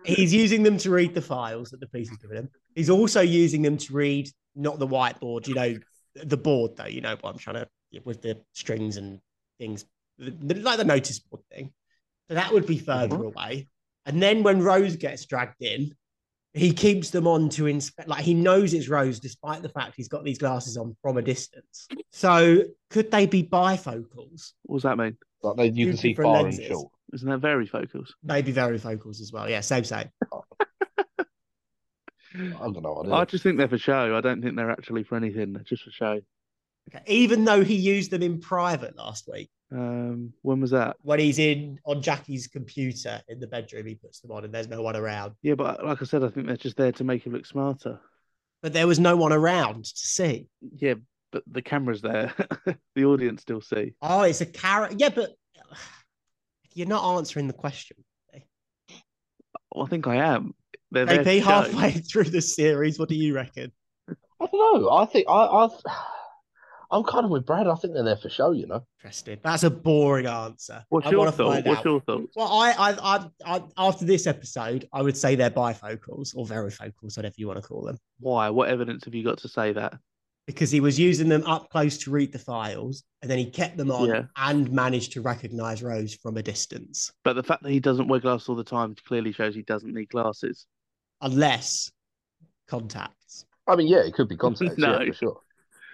Speaker 1: he's using them to read the files that the police have given him. He's also using them to read not the whiteboard, you know, the board though. You know what I'm trying to with the strings and things, the- the- like the notice board thing. So that would be further away. And then when Rose gets dragged in, he keeps them on to inspect. Like he knows it's Rose, despite the fact he's got these glasses on from a distance. So could they be bifocals?
Speaker 3: What does that mean?
Speaker 2: like they, you
Speaker 1: Two
Speaker 2: can see
Speaker 1: different
Speaker 2: far
Speaker 1: lenses.
Speaker 2: and short.
Speaker 3: Isn't that very focused?
Speaker 1: Maybe varifocals as well. Yeah, same same.
Speaker 2: I don't know. I
Speaker 3: I
Speaker 2: didn't.
Speaker 3: just think they're for show. I don't think they're actually for anything. They're just for show.
Speaker 1: Okay. Even though he used them in private last week,
Speaker 3: Um, when was that?
Speaker 1: when he's in on Jackie's computer in the bedroom, he puts them on and there's no one around.
Speaker 3: Yeah, but like I said, I think they're just there to make him look smarter.
Speaker 1: But there was no one around to see.
Speaker 3: Yeah, but the camera's there. the audience still see.
Speaker 1: Oh, it's a carrot. Yeah, but you're not answering the question.
Speaker 3: Well, I think I am. They're there
Speaker 1: JP,
Speaker 3: for show.
Speaker 1: halfway through the series, what do you reckon?
Speaker 2: I don't know. I think I. I I'm kind of with Brad. I think they're there for show. You know.
Speaker 1: Interesting. That's a boring answer.
Speaker 3: What's
Speaker 1: I
Speaker 3: your
Speaker 1: wanna
Speaker 3: thought?
Speaker 1: find
Speaker 3: What's
Speaker 1: out.
Speaker 3: your thought?
Speaker 1: Well, I, I, I, I, after this episode, I would say they're bifocals or varifocals, whatever you want to call them.
Speaker 3: Why? What evidence have you got to say that?
Speaker 1: because he was using them up close to read the files and then he kept them on
Speaker 3: Yeah.
Speaker 1: and managed to recognize Rose from a distance.
Speaker 3: But the fact that he doesn't wear glasses all the time clearly shows he doesn't need glasses.
Speaker 1: Unless contacts
Speaker 2: I mean, yeah, it could be contacts.
Speaker 3: No.
Speaker 2: Yeah, for sure.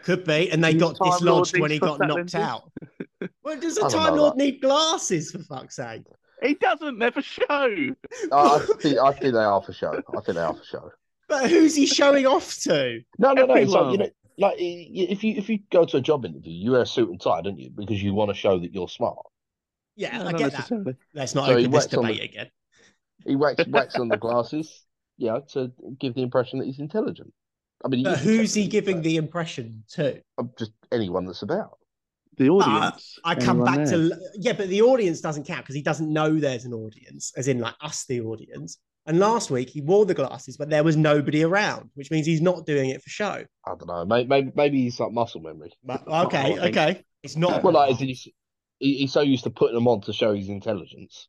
Speaker 1: could be, and they
Speaker 3: Does
Speaker 1: got
Speaker 3: Time Lord
Speaker 1: dislodged when
Speaker 3: need
Speaker 1: he got
Speaker 3: contact
Speaker 1: knocked
Speaker 3: lenses?
Speaker 1: out. well, does
Speaker 2: I
Speaker 1: a
Speaker 2: don't
Speaker 1: Time
Speaker 2: know
Speaker 1: Lord
Speaker 2: that.
Speaker 1: need glasses for fuck's sake?
Speaker 3: He doesn't. They're for show.
Speaker 2: I, I think, I think they are for show. I think they are for show.
Speaker 1: But who's he showing off to?
Speaker 2: No, no, no. It's like,
Speaker 3: Everyone.
Speaker 2: you know, like i- i- if you if you go to a job interview, you wear a suit and tie, don't you? Because you want to show that you're smart.
Speaker 1: Yeah,
Speaker 3: No,
Speaker 1: I
Speaker 3: not
Speaker 1: get that.
Speaker 3: necessarily.
Speaker 1: Let's not
Speaker 2: So he
Speaker 1: open this
Speaker 2: worked on the-
Speaker 1: debate again.
Speaker 2: He waxed waxed on the glasses, you know, to give the impression that he's intelligent. I mean, he
Speaker 1: But
Speaker 2: is
Speaker 1: who's he
Speaker 2: intelligent,
Speaker 1: giving
Speaker 2: but
Speaker 1: the impression to?
Speaker 2: I'm just anyone that's about.
Speaker 3: The audience.
Speaker 1: I come
Speaker 3: Anyone
Speaker 1: back
Speaker 3: there.
Speaker 1: to yeah, but the audience doesn't count because he doesn't know there's an audience, as in like us, the audience. And last week he wore the glasses, but there was nobody around, which means he's not doing it for show.
Speaker 2: I don't know. Maybe maybe, maybe he's like muscle memory.
Speaker 1: But
Speaker 2: Oh,
Speaker 1: okay,
Speaker 2: okay.
Speaker 1: okay, it's not.
Speaker 2: Well, like as in he's he, he's so used to putting them on to show his intelligence,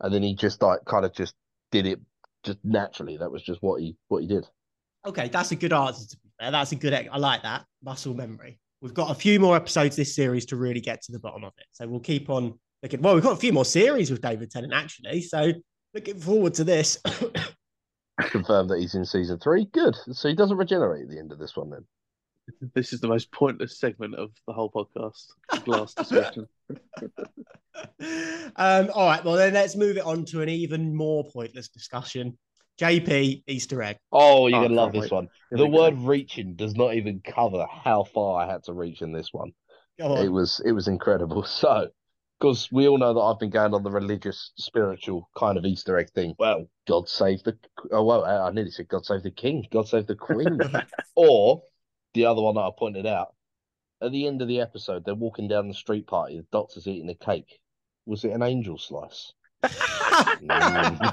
Speaker 2: and then he just like kind of just did it just naturally. That was just what he what he did.
Speaker 1: okay, that's a good answer. To be fair. That's a good. ex- I like that muscle memory. We've got a few more episodes this series to really get to the bottom of it, so we'll keep on looking. Well, we've got a few more series with David Tennant actually, so looking forward to this.
Speaker 2: Confirmed that he's in season three. Good. So he doesn't regenerate at the end of this one then.
Speaker 3: This is the most pointless segment of the whole podcast. Glass discussion.
Speaker 1: um, all right, well then let's move it on to an even more pointless discussion. JP Easter egg.
Speaker 2: Oh, you're
Speaker 3: Oh,
Speaker 2: gonna love
Speaker 3: can't
Speaker 2: this
Speaker 3: wait.
Speaker 2: one.
Speaker 3: Here
Speaker 2: the
Speaker 3: we go.
Speaker 2: word reaching does not even cover how far I had to reach in this one.
Speaker 1: Go on.
Speaker 2: It was it was incredible. So, because we all know that I've been going on the religious, spiritual kind of Easter egg thing. Well, God save the oh well, I I nearly said God save the King, God save the Queen, or the other one that I pointed out at the end of the episode. They're walking down the street party. The doctor's eating a cake. Was it an angel slice? Mm.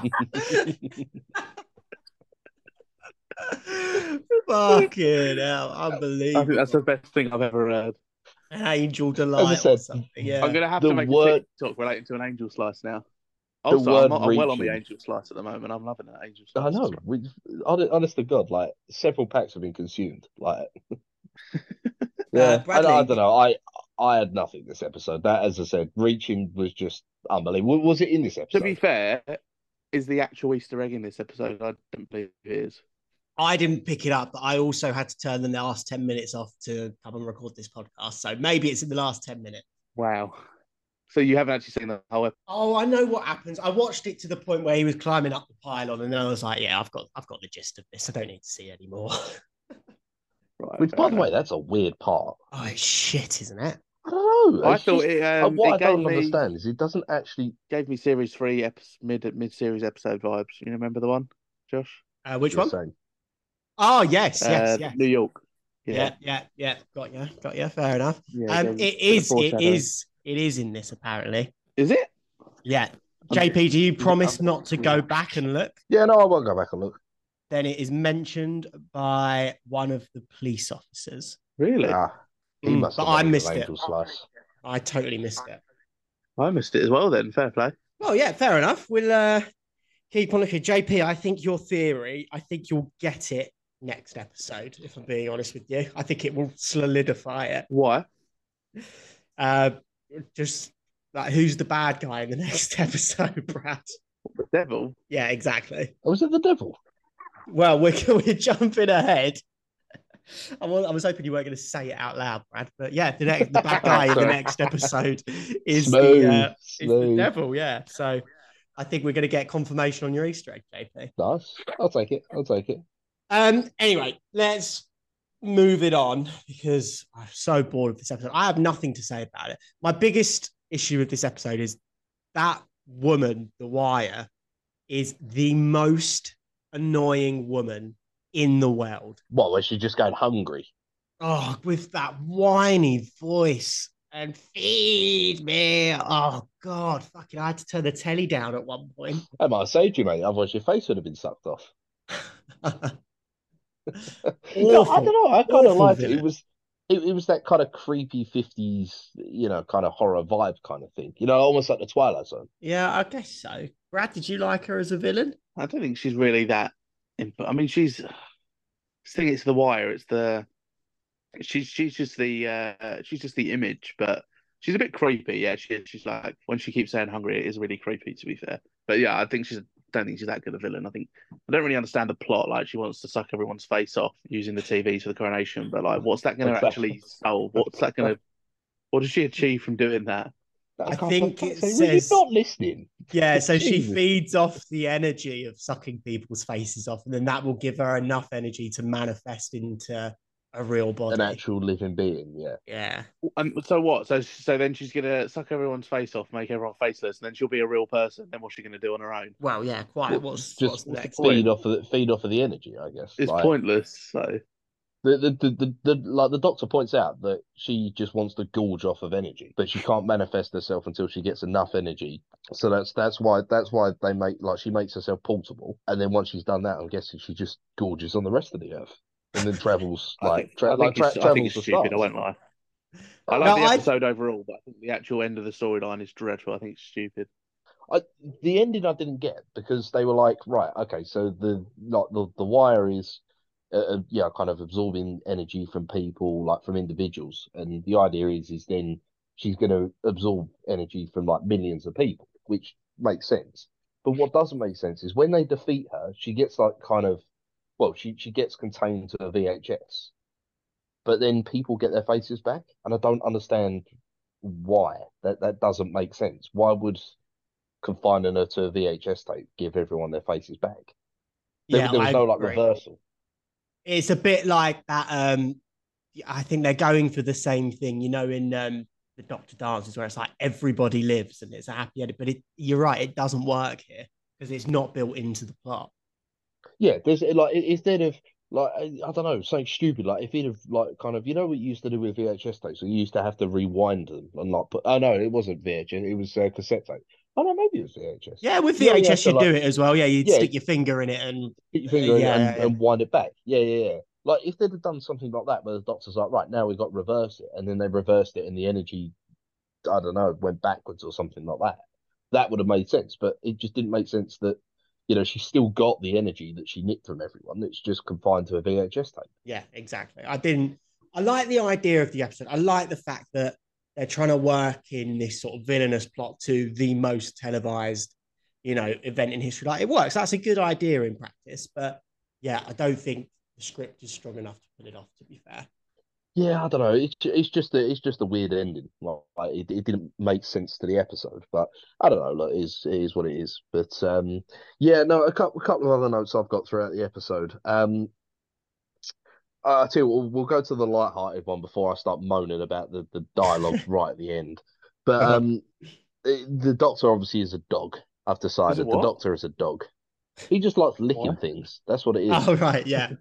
Speaker 1: Fucking hell,
Speaker 3: I think
Speaker 1: unbelievable.
Speaker 3: that's the best thing I've ever heard.
Speaker 1: An angel delight
Speaker 2: As I
Speaker 1: or
Speaker 2: said,
Speaker 1: something. Yeah.
Speaker 3: I'm going to have
Speaker 2: The
Speaker 3: to make a
Speaker 2: word-
Speaker 3: TikTok relating to an angel slice now. Also,
Speaker 2: word
Speaker 3: I'm, I'm well on the
Speaker 2: region.
Speaker 3: angel slice at the moment. I'm loving that angel slice.
Speaker 2: I know. We, hon- honest to God, like several packs have been consumed. Like,
Speaker 3: Uh,
Speaker 2: yeah, I,
Speaker 1: Bradley.
Speaker 2: I don't know. I I had nothing this episode. That, as I said, reaching was just unbelievable. Was it in this
Speaker 3: To
Speaker 2: episode?
Speaker 3: be fair, is the actual Easter egg in this episode? I don't believe it is.
Speaker 1: I didn't pick it up, but I also had to turn the last 10 minutes off to come and record this podcast. So maybe it's in the last 10 minutes.
Speaker 3: Wow. So you haven't actually seen the whole episode.
Speaker 1: Oh, I know what happens. I watched it to the point where he was climbing up the pylon, and then I was like, "Yeah, I've got, I've got the gist of this. I don't need to see anymore."
Speaker 3: Right,
Speaker 2: Which,
Speaker 3: fair
Speaker 2: by the way,
Speaker 3: enough.
Speaker 2: that's a weird part.
Speaker 1: oh shit, isn't it?
Speaker 2: I don't know.
Speaker 3: I
Speaker 2: it's
Speaker 3: thought
Speaker 2: just-
Speaker 3: it,
Speaker 2: uh,
Speaker 3: um,
Speaker 2: what
Speaker 3: it
Speaker 2: I
Speaker 3: gave
Speaker 2: don't
Speaker 3: me
Speaker 2: understand is it doesn't actually.
Speaker 3: gave me series three episode, mid mid series episode vibes. You remember the one, Josh?
Speaker 1: Uh, which
Speaker 2: do the
Speaker 1: one?
Speaker 2: same.
Speaker 1: Oh yes,
Speaker 3: Uh,
Speaker 1: yes, yes.
Speaker 3: New York.
Speaker 1: yeah, yeah, yeah. Got you, got you. Fair enough.
Speaker 3: yeah
Speaker 1: Um,
Speaker 3: gave-
Speaker 1: it is, it
Speaker 3: foreshadowing.
Speaker 1: is, it is in this apparently.
Speaker 3: Is it?
Speaker 1: Yeah.
Speaker 3: I'm-
Speaker 1: JP, do you promise
Speaker 3: I'm-
Speaker 1: not to go back and look?
Speaker 2: Yeah, no, I won't go back and look.
Speaker 1: Then it is mentioned by one of the police officers.
Speaker 3: Really?
Speaker 2: Ah, he
Speaker 1: Mm,
Speaker 2: must
Speaker 1: but
Speaker 2: have
Speaker 1: I
Speaker 2: wanted an
Speaker 1: missed it.
Speaker 2: angel slice.
Speaker 1: I totally missed it.
Speaker 3: I missed it as well. Then fair play.
Speaker 1: Well, yeah, fair enough. We'll uh, keep on looking. JP, I think your theory, I think you'll get it next episode, if I'm being honest with you. I think it will solidify it.
Speaker 3: Why?
Speaker 1: Uh, just like who's the bad guy in the next episode, Brad?
Speaker 3: The devil.
Speaker 1: Yeah, exactly.
Speaker 2: Oh, was it the devil?
Speaker 1: Well, we're, we're jumping ahead. I was, I was hoping you weren't going to say it out loud, Brad, but yeah, the, next, the bad guy in the
Speaker 2: Sorry.
Speaker 1: next episode is
Speaker 2: smooth,
Speaker 1: the, uh, is the
Speaker 2: smooth.
Speaker 1: devil. Yeah. So I think we're going to get confirmation on your Easter egg, JP.
Speaker 2: Nice. I'll take it. I'll take it.
Speaker 1: Um. Anyway, let's move it on because I'm so bored of this episode. I have nothing to say about it. My biggest issue with this episode is that woman, the wire, is the most annoying woman in the world.
Speaker 2: What was she just going hungry?
Speaker 1: Oh, with that whiny voice and feed me. Oh God, fucking! I had to turn the telly down at one point.
Speaker 2: I might have saved you, mate. Otherwise, your face would have been sucked off. No, I
Speaker 1: Awful.
Speaker 2: don't know. I kind of
Speaker 1: Awful
Speaker 2: liked it.
Speaker 1: villain.
Speaker 2: It was, it, it was that kind of creepy fifties, you know, kind of horror vibe kind of thing. You know, almost like the Twilight Zone.
Speaker 1: yeah, I guess so. Brad, did you like her as a villain?
Speaker 3: I don't think she's really that. imp- I mean, she's. I think it's the wire. It's the. She's she's just the uh she's just the image, but she's a bit creepy. Yeah, she she's like when she keeps saying hungry, it is really creepy. To be fair, but yeah, I think she's. Don't think she's that good a villain. I think I don't really understand the plot. Like she wants to suck everyone's face off using the TV for the coronation, but like, what's that going to
Speaker 2: Exactly.
Speaker 3: actually solve? What's that going to? What does she achieve from doing that? That-
Speaker 1: I
Speaker 3: can't-
Speaker 1: think
Speaker 3: can't
Speaker 1: it
Speaker 3: say-
Speaker 1: says-
Speaker 3: Were you not listening?
Speaker 1: Yeah, so she
Speaker 2: Jesus.
Speaker 1: feeds off the energy of sucking people's faces off, and then that will give her enough energy to manifest into a real
Speaker 2: An
Speaker 1: body.
Speaker 2: actual living being, yeah.
Speaker 1: Yeah.
Speaker 3: And Um, so what? So so then she's gonna suck everyone's face off, make everyone faceless, and then she'll be a real person. Then what's she gonna do on her own?
Speaker 1: Well, yeah, quite.
Speaker 2: Well,
Speaker 1: What's, what's
Speaker 2: Just
Speaker 1: the next
Speaker 2: feed
Speaker 1: thing?
Speaker 2: off of the, feed off of the energy, I guess.
Speaker 3: It's
Speaker 2: like,
Speaker 3: pointless. So
Speaker 2: The, the, the, the, the, like the doctor points out that she just wants to gorge off of energy, but she can't manifest herself until she gets enough energy. So that's that's why that's why they make like she makes herself portable, and then once she's done that, I'm guessing she just gorges on the rest of the earth, and then travels
Speaker 3: I
Speaker 2: like
Speaker 3: think,
Speaker 2: tra-
Speaker 3: I
Speaker 2: like
Speaker 3: think
Speaker 2: tra-
Speaker 3: it's, I think
Speaker 2: travels
Speaker 3: it's
Speaker 2: the
Speaker 3: stupid. I
Speaker 2: stars.
Speaker 3: won't lie.
Speaker 1: No,
Speaker 3: I like the
Speaker 1: I-
Speaker 3: episode overall, but I think the actual end of the storyline is dreadful. I think it's stupid.
Speaker 2: I, the ending I didn't get because they were like, right, okay, so the like the, the wire is, uh, uh, yeah, kind of absorbing energy from people, like from individuals, and the idea is is then she's going to absorb energy from like millions of people, which makes sense. But what doesn't make sense is when they defeat her, she gets like kind of, well, she she gets contained to a VHS, but then people get their faces back, and I don't understand why that that doesn't make sense. Why would confining her to a VHS tape, give everyone their faces back. There,
Speaker 1: Yeah,
Speaker 2: there was
Speaker 1: I
Speaker 2: no like
Speaker 1: agree.
Speaker 2: reversal.
Speaker 1: It's a bit like that. Um, I think they're going for the same thing, you know, in um, the Doctor Dances, where it's like everybody lives and it's a happy ending. But it, you're right, it doesn't work here because it's not built into the plot.
Speaker 2: Yeah, there's like i- instead of like I I don't know something stupid like if he'd have like kind of you know what you used to do with VHS tapes, you used to have to rewind them and like put oh no it wasn't VHS it was uh, cassette tape. Oh no, maybe it was VHS.
Speaker 1: Yeah, with
Speaker 2: Yeah, yeah,
Speaker 1: VHS,
Speaker 2: so
Speaker 1: you'd do
Speaker 2: like-
Speaker 1: it as well. Yeah, you'd
Speaker 2: Yeah.
Speaker 1: stick your finger in it and
Speaker 2: Put your finger in
Speaker 1: yeah,
Speaker 2: and,
Speaker 1: yeah, yeah.
Speaker 2: and wind it back. Yeah, yeah, yeah. Like if they'd have done something like that, where the doctor's like, right now we've got to reverse it, and then they reversed it, and the energy, I don't know, went backwards or something like that. That would have made sense, but it just didn't make sense that, you know, she still got the energy that she nicked from everyone. That's just confined to a VHS tape.
Speaker 1: Yeah, exactly. I didn't. I like the idea of the episode. I like the fact that they're trying to work in this sort of villainous plot to the most televised, you know, event in history. Like it works. That's a good idea in practice, but yeah, I don't think the script is strong enough to pull it off. To be fair,
Speaker 2: Yeah, I don't know. It's ju- it's just a, it's just a weird ending. Like, like, it, it didn't make sense to the episode, but I don't know. Like, it is it is what it is. But um, yeah, no, a couple a couple of other notes I've got throughout the episode. Um, uh, I tell you, what, we'll, we'll go to the light-hearted one before I start moaning about the the dialogue right at the end. But
Speaker 1: Uh-huh.
Speaker 2: um, it- the Doctor obviously is a dog. I've decided the
Speaker 3: what?
Speaker 2: Doctor is a dog. He just likes licking
Speaker 3: What?
Speaker 2: things. That's what it is.
Speaker 1: oh right, yeah,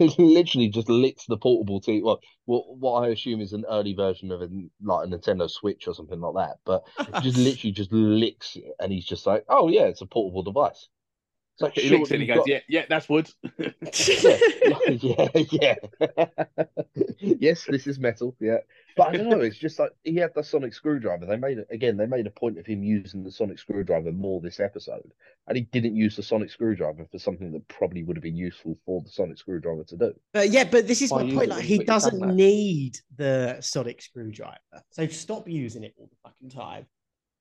Speaker 2: It literally just licks the portable TV. Well, what, what I assume is an early version of a like a Nintendo Switch or something like that. But it just literally just licks it, and he's just like, "Oh yeah, it's a portable device." It's like,
Speaker 3: He
Speaker 2: sure,
Speaker 3: looks at it and he
Speaker 2: you've
Speaker 3: goes, "Yeah, yeah, that's wood."
Speaker 2: got- yeah, yeah, yeah. yes, this is metal. Yeah, but I don't know. It's just like he had the sonic screwdriver. They made it again. They made a point of him using the sonic screwdriver more this episode, and he didn't use the sonic screwdriver for something that probably would have been useful for the sonic screwdriver to do.
Speaker 1: but yeah, but this is
Speaker 3: Why
Speaker 1: my
Speaker 3: use
Speaker 1: point.
Speaker 3: it
Speaker 1: Like
Speaker 3: when
Speaker 1: he
Speaker 3: you put your tongue
Speaker 1: doesn't
Speaker 3: out?
Speaker 1: need the sonic screwdriver, so stop using it all the fucking time.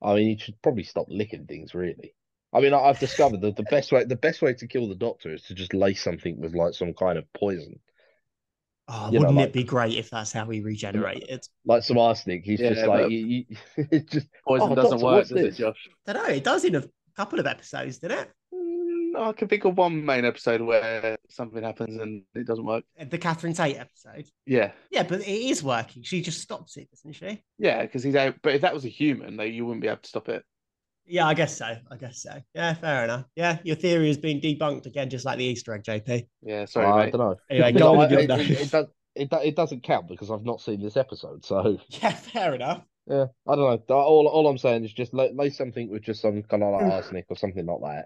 Speaker 2: I mean, you should probably stop licking things, really. I mean, I- I've discovered that the best way the best way to kill the doctor is to just lace something with like some kind of poison,
Speaker 1: Oh,
Speaker 2: You know,
Speaker 1: wouldn't
Speaker 2: like-
Speaker 1: it be great if that's how he regenerated?
Speaker 2: like some arsenic. He's
Speaker 3: Yeah,
Speaker 2: just like
Speaker 3: but-
Speaker 2: you, you, it's just
Speaker 3: Poison
Speaker 2: Oh,
Speaker 3: doesn't
Speaker 2: Doctor,
Speaker 3: work,
Speaker 2: what's
Speaker 3: does it,
Speaker 2: this?
Speaker 3: Josh?
Speaker 1: I don't know. It does in a couple of episodes, didn't it?
Speaker 3: Mm, I can think of one main episode where something happens and it doesn't work.
Speaker 1: The Catherine Tate episode.
Speaker 3: Yeah,
Speaker 1: Yeah, but it is working. She just stops it, doesn't she?
Speaker 3: yeah, because he's out. But if that was a human, though, you wouldn't be able to stop it.
Speaker 1: Yeah, I guess so. I guess so. Yeah, fair enough. Yeah, your theory has been debunked again, just like the Easter egg, JP.
Speaker 3: Yeah,
Speaker 2: I,
Speaker 3: sorry, mate.
Speaker 2: don't know.
Speaker 1: Anyway, go on with your
Speaker 2: it, it, it
Speaker 1: notes.
Speaker 2: does, it, do- it doesn't count because I've not seen this episode. So
Speaker 1: Yeah, fair enough.
Speaker 2: yeah, I don't know. All all I'm saying is just la- lace something with just some kind of like arsenic or something like that.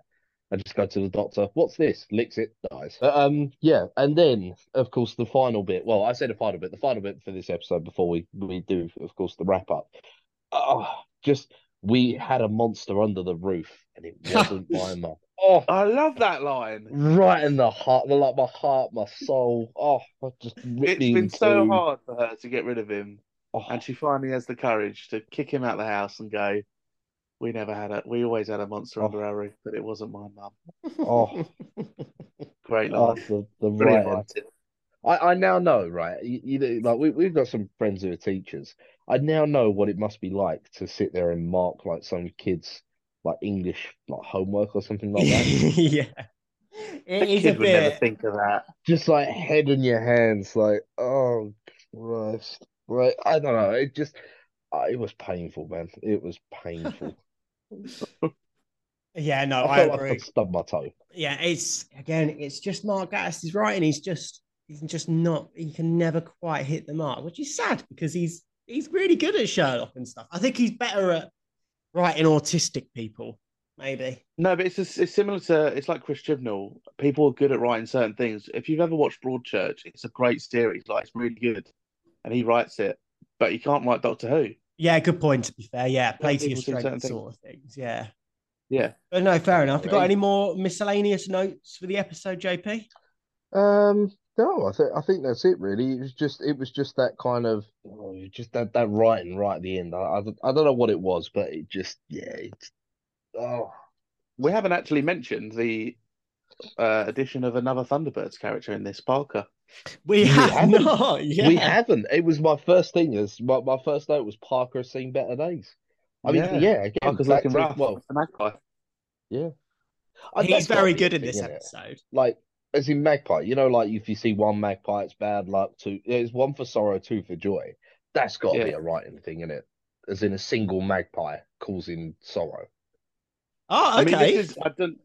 Speaker 2: I just go to the doctor. What's this? Licks it, dies. But, um, yeah, and then of course the final bit. Well, I say the final bit. The final bit for this episode before we we do, of course, the wrap up. Oh, just we had a monster under the roof, and it wasn't my mum. Oh,
Speaker 3: I love that line.
Speaker 2: right in the heart, like my heart, my soul. Oh, I just
Speaker 3: It's
Speaker 2: ripped me in
Speaker 3: been so
Speaker 2: two.
Speaker 3: hard for her to get rid of him,
Speaker 2: Oh,
Speaker 3: and she finally has the courage to kick him out the house and go. We never had a. We always had a monster
Speaker 2: Oh.
Speaker 3: under our roof, but it wasn't my mum.
Speaker 2: Oh.
Speaker 3: Great line.
Speaker 2: oh, the the writing.
Speaker 3: Brilliant writing.
Speaker 2: I, I now know, right? You, you know, like we, we've got some friends who are teachers. I now know what it must be like to sit there and mark like some kids like English like homework or something like that.
Speaker 1: yeah. It
Speaker 3: The
Speaker 1: is a
Speaker 3: kid would never
Speaker 1: bit.
Speaker 3: think of that.
Speaker 2: Just like head in your hands, like oh Christ, like I don't know. It just uh, it was painful, man. It was painful.
Speaker 1: Yeah, no,
Speaker 2: I
Speaker 1: I,
Speaker 2: felt like I
Speaker 1: agree.
Speaker 2: stubbed my toe.
Speaker 1: Yeah, it's again, it's just Mark Gattis is right, and he's just he's just not he can never quite hit the mark, which is sad because he's he's really good at Sherlock and stuff. I think he's better at writing autistic people, maybe.
Speaker 3: No, but it's just, it's similar to it's like Chris Chibnall. People are good at writing certain things. If you've ever watched Broadchurch, it's a great series. Like it's really good, and he writes it, but he can't write Doctor Who.
Speaker 1: Yeah, good point. To be fair, yeah, plenty of
Speaker 3: people do certain
Speaker 1: strength
Speaker 3: things.
Speaker 1: sort of things. Yeah,
Speaker 3: Yeah.
Speaker 1: But no, fair enough. You got
Speaker 2: Alright.
Speaker 1: any more miscellaneous notes for the episode, JP?
Speaker 2: Um, no, I think I think that's it really. It was just it was just that kind of oh, just that that writing right at the end. I, I don't- I don't know what it was, but it just yeah, it's oh
Speaker 3: We haven't actually mentioned the uh, addition of another Thunderbirds character in this, Parker.
Speaker 1: We, have
Speaker 2: haven't.
Speaker 1: not. Yeah.
Speaker 2: we haven't. It was my first thing. Is my, my first note was Parker has seen better days. I mean,
Speaker 3: Yeah.
Speaker 2: yeah, again,
Speaker 3: Parker's
Speaker 2: back
Speaker 3: looking
Speaker 2: to-
Speaker 3: rough.
Speaker 2: well,
Speaker 3: The magpie.
Speaker 2: I-
Speaker 1: He's
Speaker 2: that's gotta
Speaker 1: very
Speaker 2: be a
Speaker 1: good in
Speaker 2: thing,
Speaker 1: this
Speaker 2: isn't it?
Speaker 1: episode.
Speaker 2: Like as in magpie, you know, like if you see one magpie, it's bad luck. Two, it's one for sorrow, two for joy. That's got to
Speaker 3: Yeah.
Speaker 2: be a writing thing, isn't it? As in a single magpie causing sorrow.
Speaker 1: Oh, okay.
Speaker 3: I mean, this is I don't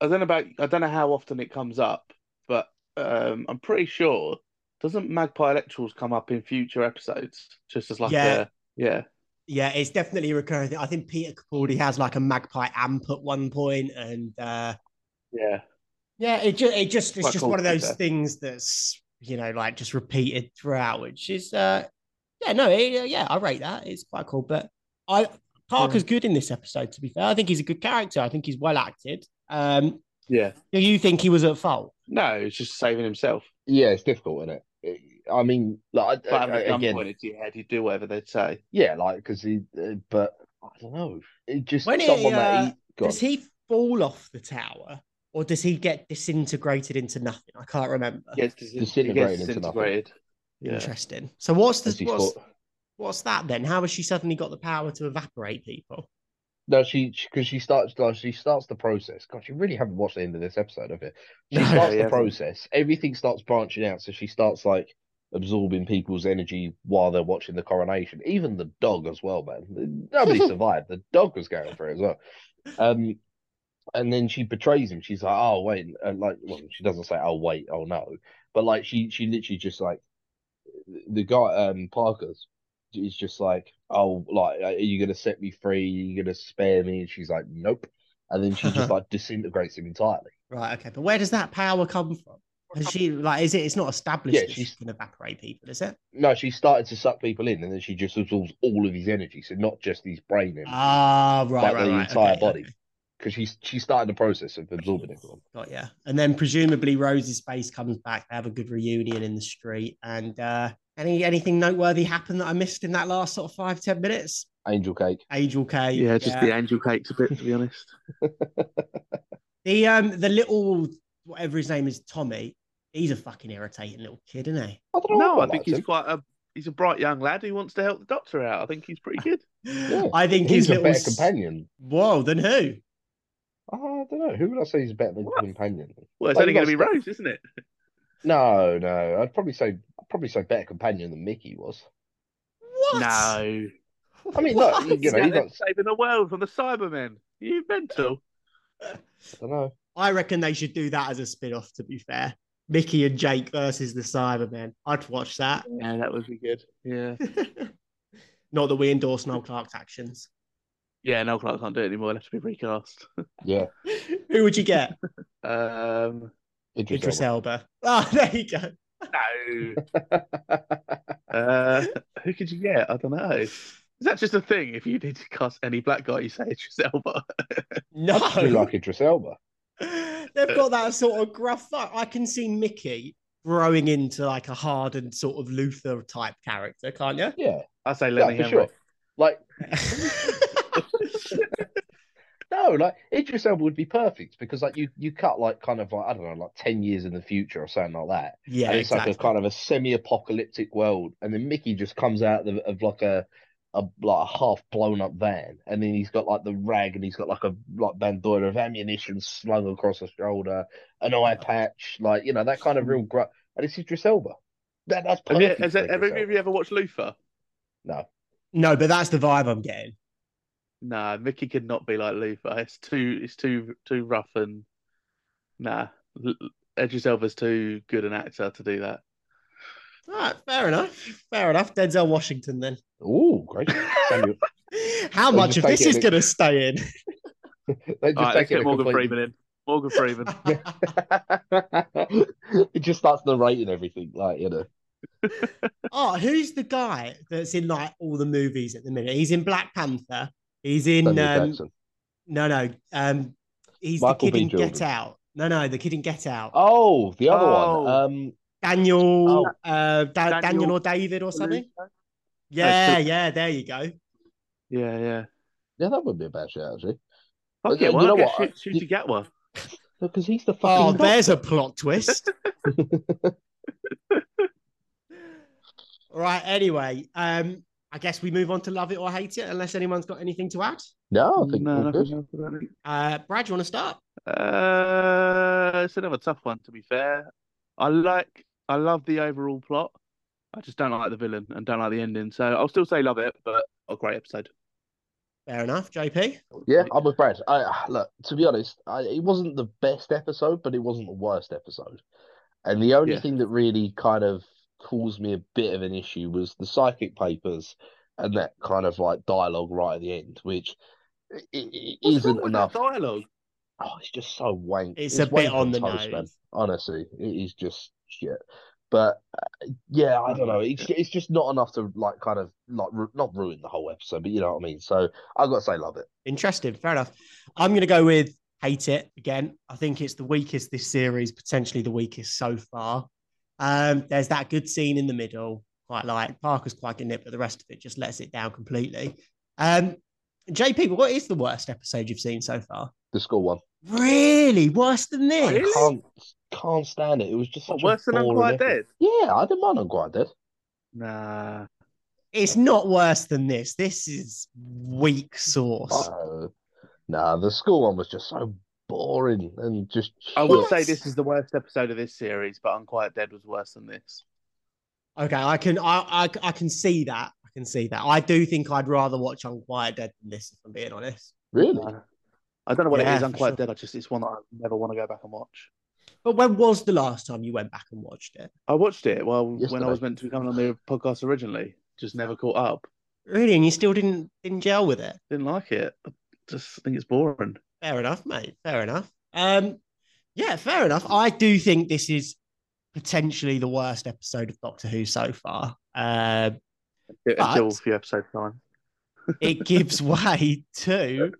Speaker 3: I don't know about I don't know how often it comes up, but um, I'm pretty sure doesn't Magpie Electrals come up in future episodes just as like
Speaker 1: Yeah.
Speaker 3: a yeah
Speaker 1: Yeah, it's definitely a recurring thing. I think Peter Capaldi has like a magpie amp at one point, and uh,
Speaker 3: yeah
Speaker 1: yeah, it just it just it's
Speaker 3: Quite
Speaker 1: just
Speaker 3: cool,
Speaker 1: one of
Speaker 3: to be
Speaker 1: those
Speaker 3: fair.
Speaker 1: things that's you know like just repeated throughout, which is uh, yeah, no, it, uh, yeah, I rate that. It's quite cool, but I
Speaker 3: Mm.
Speaker 1: Parker's good in this episode. To be fair, I think he's a good character. I think he's well acted. Um,
Speaker 3: yeah
Speaker 1: do you think he was at fault?
Speaker 3: no it's just saving himself.
Speaker 2: Yeah, it's difficult, isn't it? It- I mean, like I-
Speaker 3: But having a
Speaker 2: I-
Speaker 3: gun
Speaker 2: again,
Speaker 3: pointed to your head, you do whatever they'd say.
Speaker 2: yeah, like because he, uh, but I don't know, it just
Speaker 1: When he,
Speaker 2: someone that
Speaker 1: uh,
Speaker 2: he got.
Speaker 1: Does he fall off the tower, or does he get disintegrated into nothing? I can't remember.
Speaker 3: Yes, dis- it gets
Speaker 2: Disintegrated into nothing.
Speaker 3: disintegrated. Yeah.
Speaker 1: Interesting. So what's the
Speaker 2: as he
Speaker 1: what's,
Speaker 2: thought-
Speaker 1: What's that then? How has she suddenly got the power to evaporate people?
Speaker 2: No, she because she starts like she starts the process. God, you really haven't watched the end of this episode of it. She
Speaker 1: No,
Speaker 2: starts
Speaker 3: you
Speaker 2: the
Speaker 3: haven't.
Speaker 2: process. Everything starts branching out, so she starts like absorbing people's energy while they're watching the coronation. Even the dog as well, man. Nobody survived. The dog was going for it as well. Um, and then she betrays him. She's like, "Oh wait," and like well, she doesn't say, "Oh wait," "Oh no," but like she she literally just like the guy um Parker's is just like, oh, like, are you gonna set me free? Are you gonna spare me? And she's like, nope. And then she just like disintegrates him entirely.
Speaker 1: Right. Okay. But where does that power come from? Has she like? Is it? It's not established
Speaker 2: Yeah,
Speaker 1: that she
Speaker 2: she's-
Speaker 1: can evaporate people, is it?
Speaker 2: No, she started to suck people in, and then she just absorbs all of his energy, so not just his brain energy,
Speaker 1: Ah, right,
Speaker 2: but
Speaker 1: right,
Speaker 2: the
Speaker 1: right.
Speaker 2: entire
Speaker 1: okay,
Speaker 2: body,
Speaker 1: okay.
Speaker 2: because she's she started the process of absorbing everyone.
Speaker 1: Got yeah. And then presumably Rose's face comes back. They have a good reunion in the street. And uh any anything noteworthy happened that I missed in that last sort of five ten minutes?
Speaker 2: Angel cake.
Speaker 1: Angel K.
Speaker 3: Yeah, just the angel cakes a bit to be honest.
Speaker 1: the um the little whatever his name is Tommy. He's a fucking irritating little kid, isn't he?
Speaker 2: I don't know.
Speaker 3: no, I
Speaker 2: quite
Speaker 3: think
Speaker 2: liked
Speaker 3: he's
Speaker 2: him.
Speaker 3: quite a he's a bright young lad who wants to help the doctor out. I think he's pretty good.
Speaker 1: I think
Speaker 2: He's
Speaker 1: his
Speaker 2: a
Speaker 1: little
Speaker 2: better
Speaker 1: s-
Speaker 2: companion.
Speaker 1: Whoa, then who?
Speaker 2: I don't know. Who would I say is a better than
Speaker 3: What?
Speaker 2: companion?
Speaker 3: Well, it's
Speaker 2: Well,
Speaker 3: only going to be
Speaker 2: you've got-
Speaker 3: Rose, isn't it?
Speaker 2: No, no. I'd probably say I'd probably say better companion than Mickey was.
Speaker 1: What?
Speaker 3: No.
Speaker 2: I mean, look,
Speaker 1: What?
Speaker 2: you know,
Speaker 3: Sat
Speaker 2: you
Speaker 3: there
Speaker 2: got.
Speaker 3: saving the world from the Cybermen. You mental.
Speaker 2: I don't know.
Speaker 1: I reckon they should do that as a spin off, to be fair. Mickey and Jake versus the Cybermen. I'd watch that.
Speaker 3: Yeah, that would be good. Yeah.
Speaker 1: Not that we endorse Noel Clark's actions.
Speaker 3: Yeah, no, Clark can't do it anymore. It'll have to be recast.
Speaker 2: Yeah,
Speaker 1: Who would you get?
Speaker 3: Um,
Speaker 2: Idris
Speaker 1: Idris
Speaker 2: Elba.
Speaker 1: Elba. Oh, there you go.
Speaker 3: no. uh, who could you get? I don't know. Is that just a thing? If you need to cast any black guy, you say it's Elba.
Speaker 2: You
Speaker 1: No.
Speaker 2: like Idris Elba?
Speaker 1: They've got that sort of gruff. fuck. I can see Mickey growing into like a hardened sort of Luther type character, can't you?
Speaker 2: Yeah,
Speaker 3: I say
Speaker 2: yeah,
Speaker 3: Lenny
Speaker 2: for
Speaker 3: Henry.
Speaker 2: sure. Like, No, like Idris Elba would be perfect because like you you cut like kind of like I don't know like ten years in the future or something like that.
Speaker 1: Yeah,
Speaker 2: and it's
Speaker 1: exactly.
Speaker 2: like a kind of a semi-apocalyptic world, and then Mickey just comes out of, of like a a like a half blown up van, and then he's got like the rag, and he's got like a like bandana of ammunition slung across his shoulder, an eye patch, like you know that kind of real gr And it's Idris Elba. That, that's
Speaker 3: Have you,
Speaker 2: perfect.
Speaker 3: has
Speaker 2: for
Speaker 3: it- have
Speaker 2: Idris
Speaker 3: any of
Speaker 2: Elba.
Speaker 3: you ever watched Luther?
Speaker 2: No,
Speaker 1: no, but that's the vibe I'm getting.
Speaker 3: Nah, Mickey could not be like Luther. It's too, it's too, too rough and nah. L- Edris Elba's too good an actor to do that.
Speaker 1: All right, fair enough. Fair enough. Denzel Washington, then.
Speaker 2: oh great. Samuel-
Speaker 1: How
Speaker 2: Let's
Speaker 1: much of
Speaker 2: just take
Speaker 1: this
Speaker 2: it
Speaker 1: is
Speaker 2: in-
Speaker 1: going to stay in?
Speaker 2: They
Speaker 3: All right,
Speaker 2: just
Speaker 3: let's
Speaker 2: take
Speaker 3: get
Speaker 2: it a
Speaker 3: Morgan
Speaker 2: complete-
Speaker 3: Freeman in. Morgan Freeman.
Speaker 2: it just starts narrating everything, like you know.
Speaker 1: oh, who's the guy that's in like all the movies at the minute? He's in Black Panther. He's in
Speaker 2: Samuel
Speaker 1: um,
Speaker 2: Jackson.
Speaker 1: no, no. Um, he's
Speaker 2: Michael
Speaker 1: the kid
Speaker 2: B.
Speaker 1: in Get
Speaker 2: Jordan.
Speaker 1: Out. No, no, the kid in Get Out.
Speaker 2: Oh, the other
Speaker 3: Oh.
Speaker 2: one. Um,
Speaker 1: Daniel,
Speaker 2: Oh.
Speaker 1: uh, da- Daniel,
Speaker 3: Daniel-
Speaker 1: or David or something.
Speaker 3: Yeah,
Speaker 1: Yeah,
Speaker 3: so-
Speaker 1: yeah. There you go.
Speaker 3: Yeah, yeah.
Speaker 2: yeah, that would be a bad shout actually,
Speaker 3: Fuck
Speaker 2: yeah,
Speaker 3: it,
Speaker 2: you
Speaker 3: why
Speaker 2: know
Speaker 3: not
Speaker 2: what?
Speaker 3: get shoot,
Speaker 2: You-
Speaker 3: shoot to get one?
Speaker 2: because he's the
Speaker 1: Oh,
Speaker 2: fucking.
Speaker 1: there's a plot twist. right. Anyway, um, I guess we move on to love it or hate it, unless anyone's got anything to add.
Speaker 2: Mm, no, I think
Speaker 3: Mm, no,
Speaker 2: we're
Speaker 3: nothing
Speaker 2: good.
Speaker 3: else about it.
Speaker 1: Uh, Brad, you want to start?
Speaker 3: Uh, it's another tough one to be fair. I like, I love the overall plot. I just don't like the villain and don't like the ending. So I'll still say love it, but a great episode.
Speaker 1: Fair enough, JP.
Speaker 2: Yeah, I'm with Brad. I ah, look to be honest, I, it wasn't the best episode, but it wasn't the worst episode. And the only
Speaker 3: Yeah.
Speaker 2: thing that really kind of caused me a bit of an issue was the psychic papers and that kind of like dialogue right at the end, which i- i- i-
Speaker 3: What's
Speaker 2: isn't
Speaker 3: wrong with
Speaker 2: enough.
Speaker 3: that dialogue?
Speaker 2: Oh, it's just so wank.
Speaker 1: It's a bit
Speaker 2: wank
Speaker 1: on the
Speaker 2: toast, man.
Speaker 1: nose.
Speaker 2: Honestly, it is just shit. But uh, yeah, I don't know. It's it's just not enough to like kind of like ru- not ruin the whole episode, but you know what I mean. So I've got to say, love it.
Speaker 1: Interesting. Fair enough. I'm going to go with hate it again. I think it's the weakest this series, potentially the weakest so far. Um, there's that good scene in the middle, quite like Parker's quite getting it, but the rest of it just lets it down completely. Um, JP, what is the worst episode you've seen so far?
Speaker 2: The school one
Speaker 1: Really? Worse than this?
Speaker 3: Really?
Speaker 2: can't can't stand it. It was just
Speaker 3: What,
Speaker 2: such a
Speaker 3: worse than
Speaker 2: boring
Speaker 3: Unquiet
Speaker 2: episode.
Speaker 3: Dead?
Speaker 2: Yeah, I didn't mind Unquiet Dead.
Speaker 3: Nah.
Speaker 1: It's not worse than this. This is weak sauce.
Speaker 2: So, nah, the school one was just so boring and just.
Speaker 3: I
Speaker 2: shit.
Speaker 3: would say this is the worst episode of this series, but Unquiet Dead was worse than this.
Speaker 1: Okay, I can I, I I can see that. I can see that. I do think I'd rather watch Unquiet Dead than this, if I'm being honest.
Speaker 2: really.
Speaker 3: Nah. I don't know what
Speaker 1: Yeah,
Speaker 3: it is.
Speaker 1: for
Speaker 3: Unquiet
Speaker 1: sure.
Speaker 3: Dead. I just it's one that I never want to go back and watch.
Speaker 1: But when was the last time you went back and watched it?
Speaker 3: I watched it well when
Speaker 2: Yesterday.
Speaker 3: I was meant to be coming on the podcast originally. Just never caught up.
Speaker 1: Really, and you still didn't didn't gel with it.
Speaker 3: Didn't like it. I just think it's boring.
Speaker 1: Fair enough, mate. Fair enough. Um, yeah, fair enough. I do think this is potentially the worst episode of Doctor Who so far. Uh,
Speaker 3: Until a few episodes time.
Speaker 1: it gives way to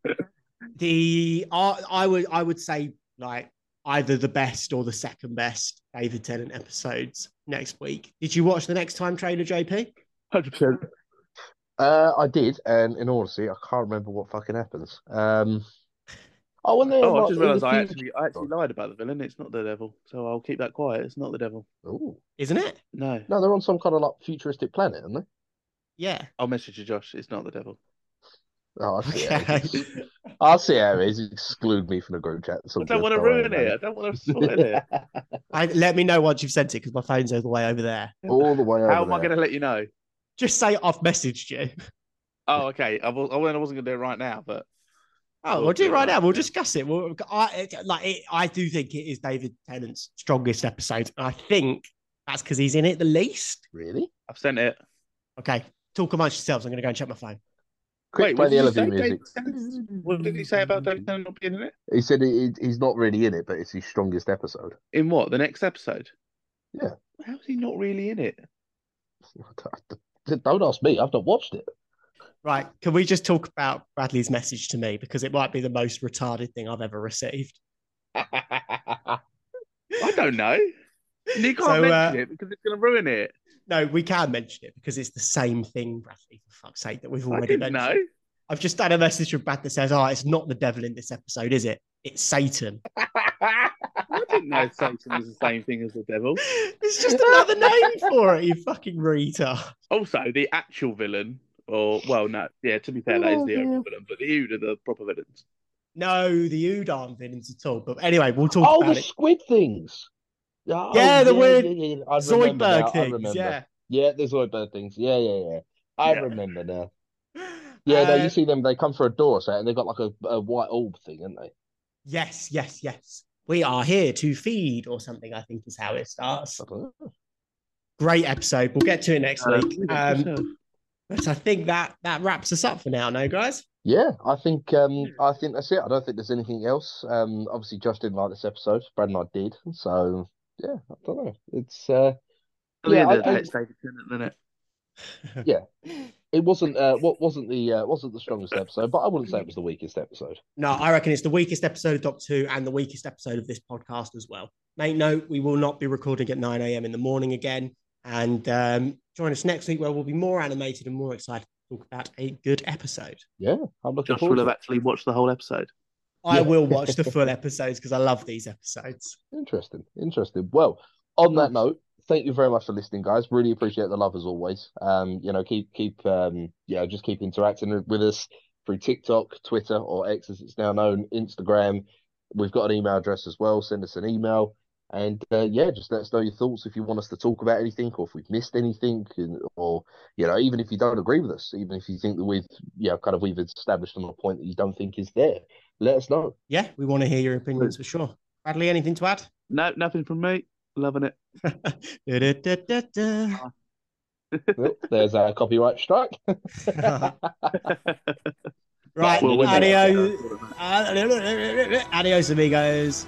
Speaker 1: the I I would I would say like either the best or the second best David Tennant episodes next week. Did you watch the next time trailer, JP?
Speaker 3: Hundred percent.
Speaker 2: Uh, I did, and in all honesty, I can't remember what fucking happens. Um, oh, and then
Speaker 3: Oh,
Speaker 2: like,
Speaker 3: I just
Speaker 2: in the
Speaker 3: realised I
Speaker 2: future-
Speaker 3: actually I actually lied about the villain. It's not the devil, so I'll keep that quiet. It's not the devil.
Speaker 2: Ooh.
Speaker 1: Isn't it?
Speaker 3: No,
Speaker 2: No, they're on some kind of like futuristic planet, aren't they?
Speaker 1: Yeah.
Speaker 3: I'll message you, Josh. It's not the devil.
Speaker 2: Oh, I see. how it
Speaker 1: Okay.
Speaker 2: is. I see how it is. Exclude me from the group chat. It's all
Speaker 3: I don't
Speaker 2: good.
Speaker 3: want to
Speaker 2: worry
Speaker 3: ruin
Speaker 2: about
Speaker 3: it. I don't want to spoil it.
Speaker 1: I, let me know once you've sent it because my phone's all the way over there.
Speaker 2: All the way over
Speaker 3: How am I
Speaker 2: there.
Speaker 3: going to let you know?
Speaker 1: Just say I've messaged you.
Speaker 3: Oh, okay. I, was, I wasn't going to do it right now, but
Speaker 1: Oh,
Speaker 3: We'll
Speaker 1: we'll do it
Speaker 3: do
Speaker 1: right
Speaker 3: that.
Speaker 1: now. We'll discuss it. We'll, I it, like it, I do think it is David Tennant's strongest episode. And I think that's because he's in it the least.
Speaker 2: Really?
Speaker 3: I've sent it.
Speaker 1: Okay, talk amongst yourselves. I'm going to go and check my phone.
Speaker 2: Quick, play
Speaker 3: what
Speaker 2: the
Speaker 3: did you
Speaker 2: elevator
Speaker 3: say,
Speaker 2: music.
Speaker 3: David Tennant? What did he say about David Tennant not being in it?
Speaker 2: He said he, he's not really in it, but it's his strongest episode.
Speaker 3: In what? The next episode?
Speaker 2: Yeah.
Speaker 3: How is he not really in it?
Speaker 2: Don't ask me. I've not watched it.
Speaker 1: Right? Can we just talk about Bradley's message to me because it might be the most retarded thing I've ever received.
Speaker 3: I don't know. You can't
Speaker 1: So,
Speaker 3: mention
Speaker 1: uh,
Speaker 3: it because it's going to ruin it.
Speaker 1: No, we can mention it because it's the same thing, Bradley. For fuck's sake, that we've
Speaker 3: I
Speaker 1: already
Speaker 3: didn't
Speaker 1: mentioned.
Speaker 3: know.
Speaker 1: I've just had a message from Brad that says, "Oh, it's not the devil in this episode, is it? It's Satan."
Speaker 3: I didn't know Satan was the same thing as the devil.
Speaker 1: it's just another name for it. You fucking retard.
Speaker 3: Also, the actual villain, or well, no, yeah. To be fair, that
Speaker 1: Oh,
Speaker 3: is the only villain, but the Ood are the proper villains.
Speaker 1: No, the Udon aren't villains at all. But anyway, we'll talk
Speaker 2: Oh,
Speaker 1: about
Speaker 2: the
Speaker 1: it.
Speaker 2: squid things. Oh,
Speaker 1: Yeah, the weird
Speaker 2: yeah, yeah. I remember now, I
Speaker 1: Zoidberg things.
Speaker 2: remember.
Speaker 1: Yeah.
Speaker 2: Yeah, the Zoidberg things. Yeah, yeah, yeah. I
Speaker 3: Yeah.
Speaker 2: remember now. Yeah, no,
Speaker 1: Uh,
Speaker 2: you see them. They come through a door, so and they've got like a, a white orb thing, haven't they?
Speaker 1: Yes, yes, yes. We are here to feed, or something. I think is how it starts.
Speaker 2: I don't know.
Speaker 1: Great episode. We'll get to it next
Speaker 3: Uh,
Speaker 1: week. Um, but I think that that wraps us up for now. No, guys.
Speaker 2: Yeah, I think um,
Speaker 3: Hmm.
Speaker 2: I think that's it. I don't think there's anything else. Um, obviously, Josh didn't like this episode. Brad and I did. So yeah, I don't know. It's uh,
Speaker 3: yeah,
Speaker 2: I-
Speaker 3: the
Speaker 2: I-
Speaker 3: next David Tennant, isn't it?
Speaker 2: it wasn't uh, what wasn't the uh, wasn't the strongest episode, but I wouldn't say it was the weakest episode.
Speaker 1: No, I reckon it's the weakest episode of Doctor Who and the weakest episode of this podcast as well. Make note, we will not be recording at 9 a.m. in the morning again. And um, join us next week where we'll be more animated and more excited to talk about a good episode.
Speaker 2: I'm looking
Speaker 3: Josh
Speaker 2: forward
Speaker 3: will
Speaker 2: to
Speaker 3: have actually watched the whole episode.
Speaker 1: I
Speaker 2: Yeah.
Speaker 1: will watch the full episodes because I love these episodes.
Speaker 2: Interesting, interesting. Well, on that note, thank you very much for listening, guys. Really appreciate the love as always. Um, you know, keep keep um, yeah, just keep interacting with us through TikTok, Twitter, or X as it's now known, Instagram. We've got an email address as well. Send us an email, and uh, yeah, just let us know your thoughts if you want us to talk about anything, or if we've missed anything, and, or you know, even if you don't agree with us, even if you think that we've you know kind of we've established on a point that you don't think is there, let us know.
Speaker 1: Yeah, we want to hear your opinions for sure. Bradley, anything to add?
Speaker 3: No, nothing from me. Loving it.
Speaker 1: Du-du-du-du-du.
Speaker 2: Well, There's our copyright strike.
Speaker 1: right,
Speaker 2: Well, we know
Speaker 1: Uh, adios. Adios, amigos.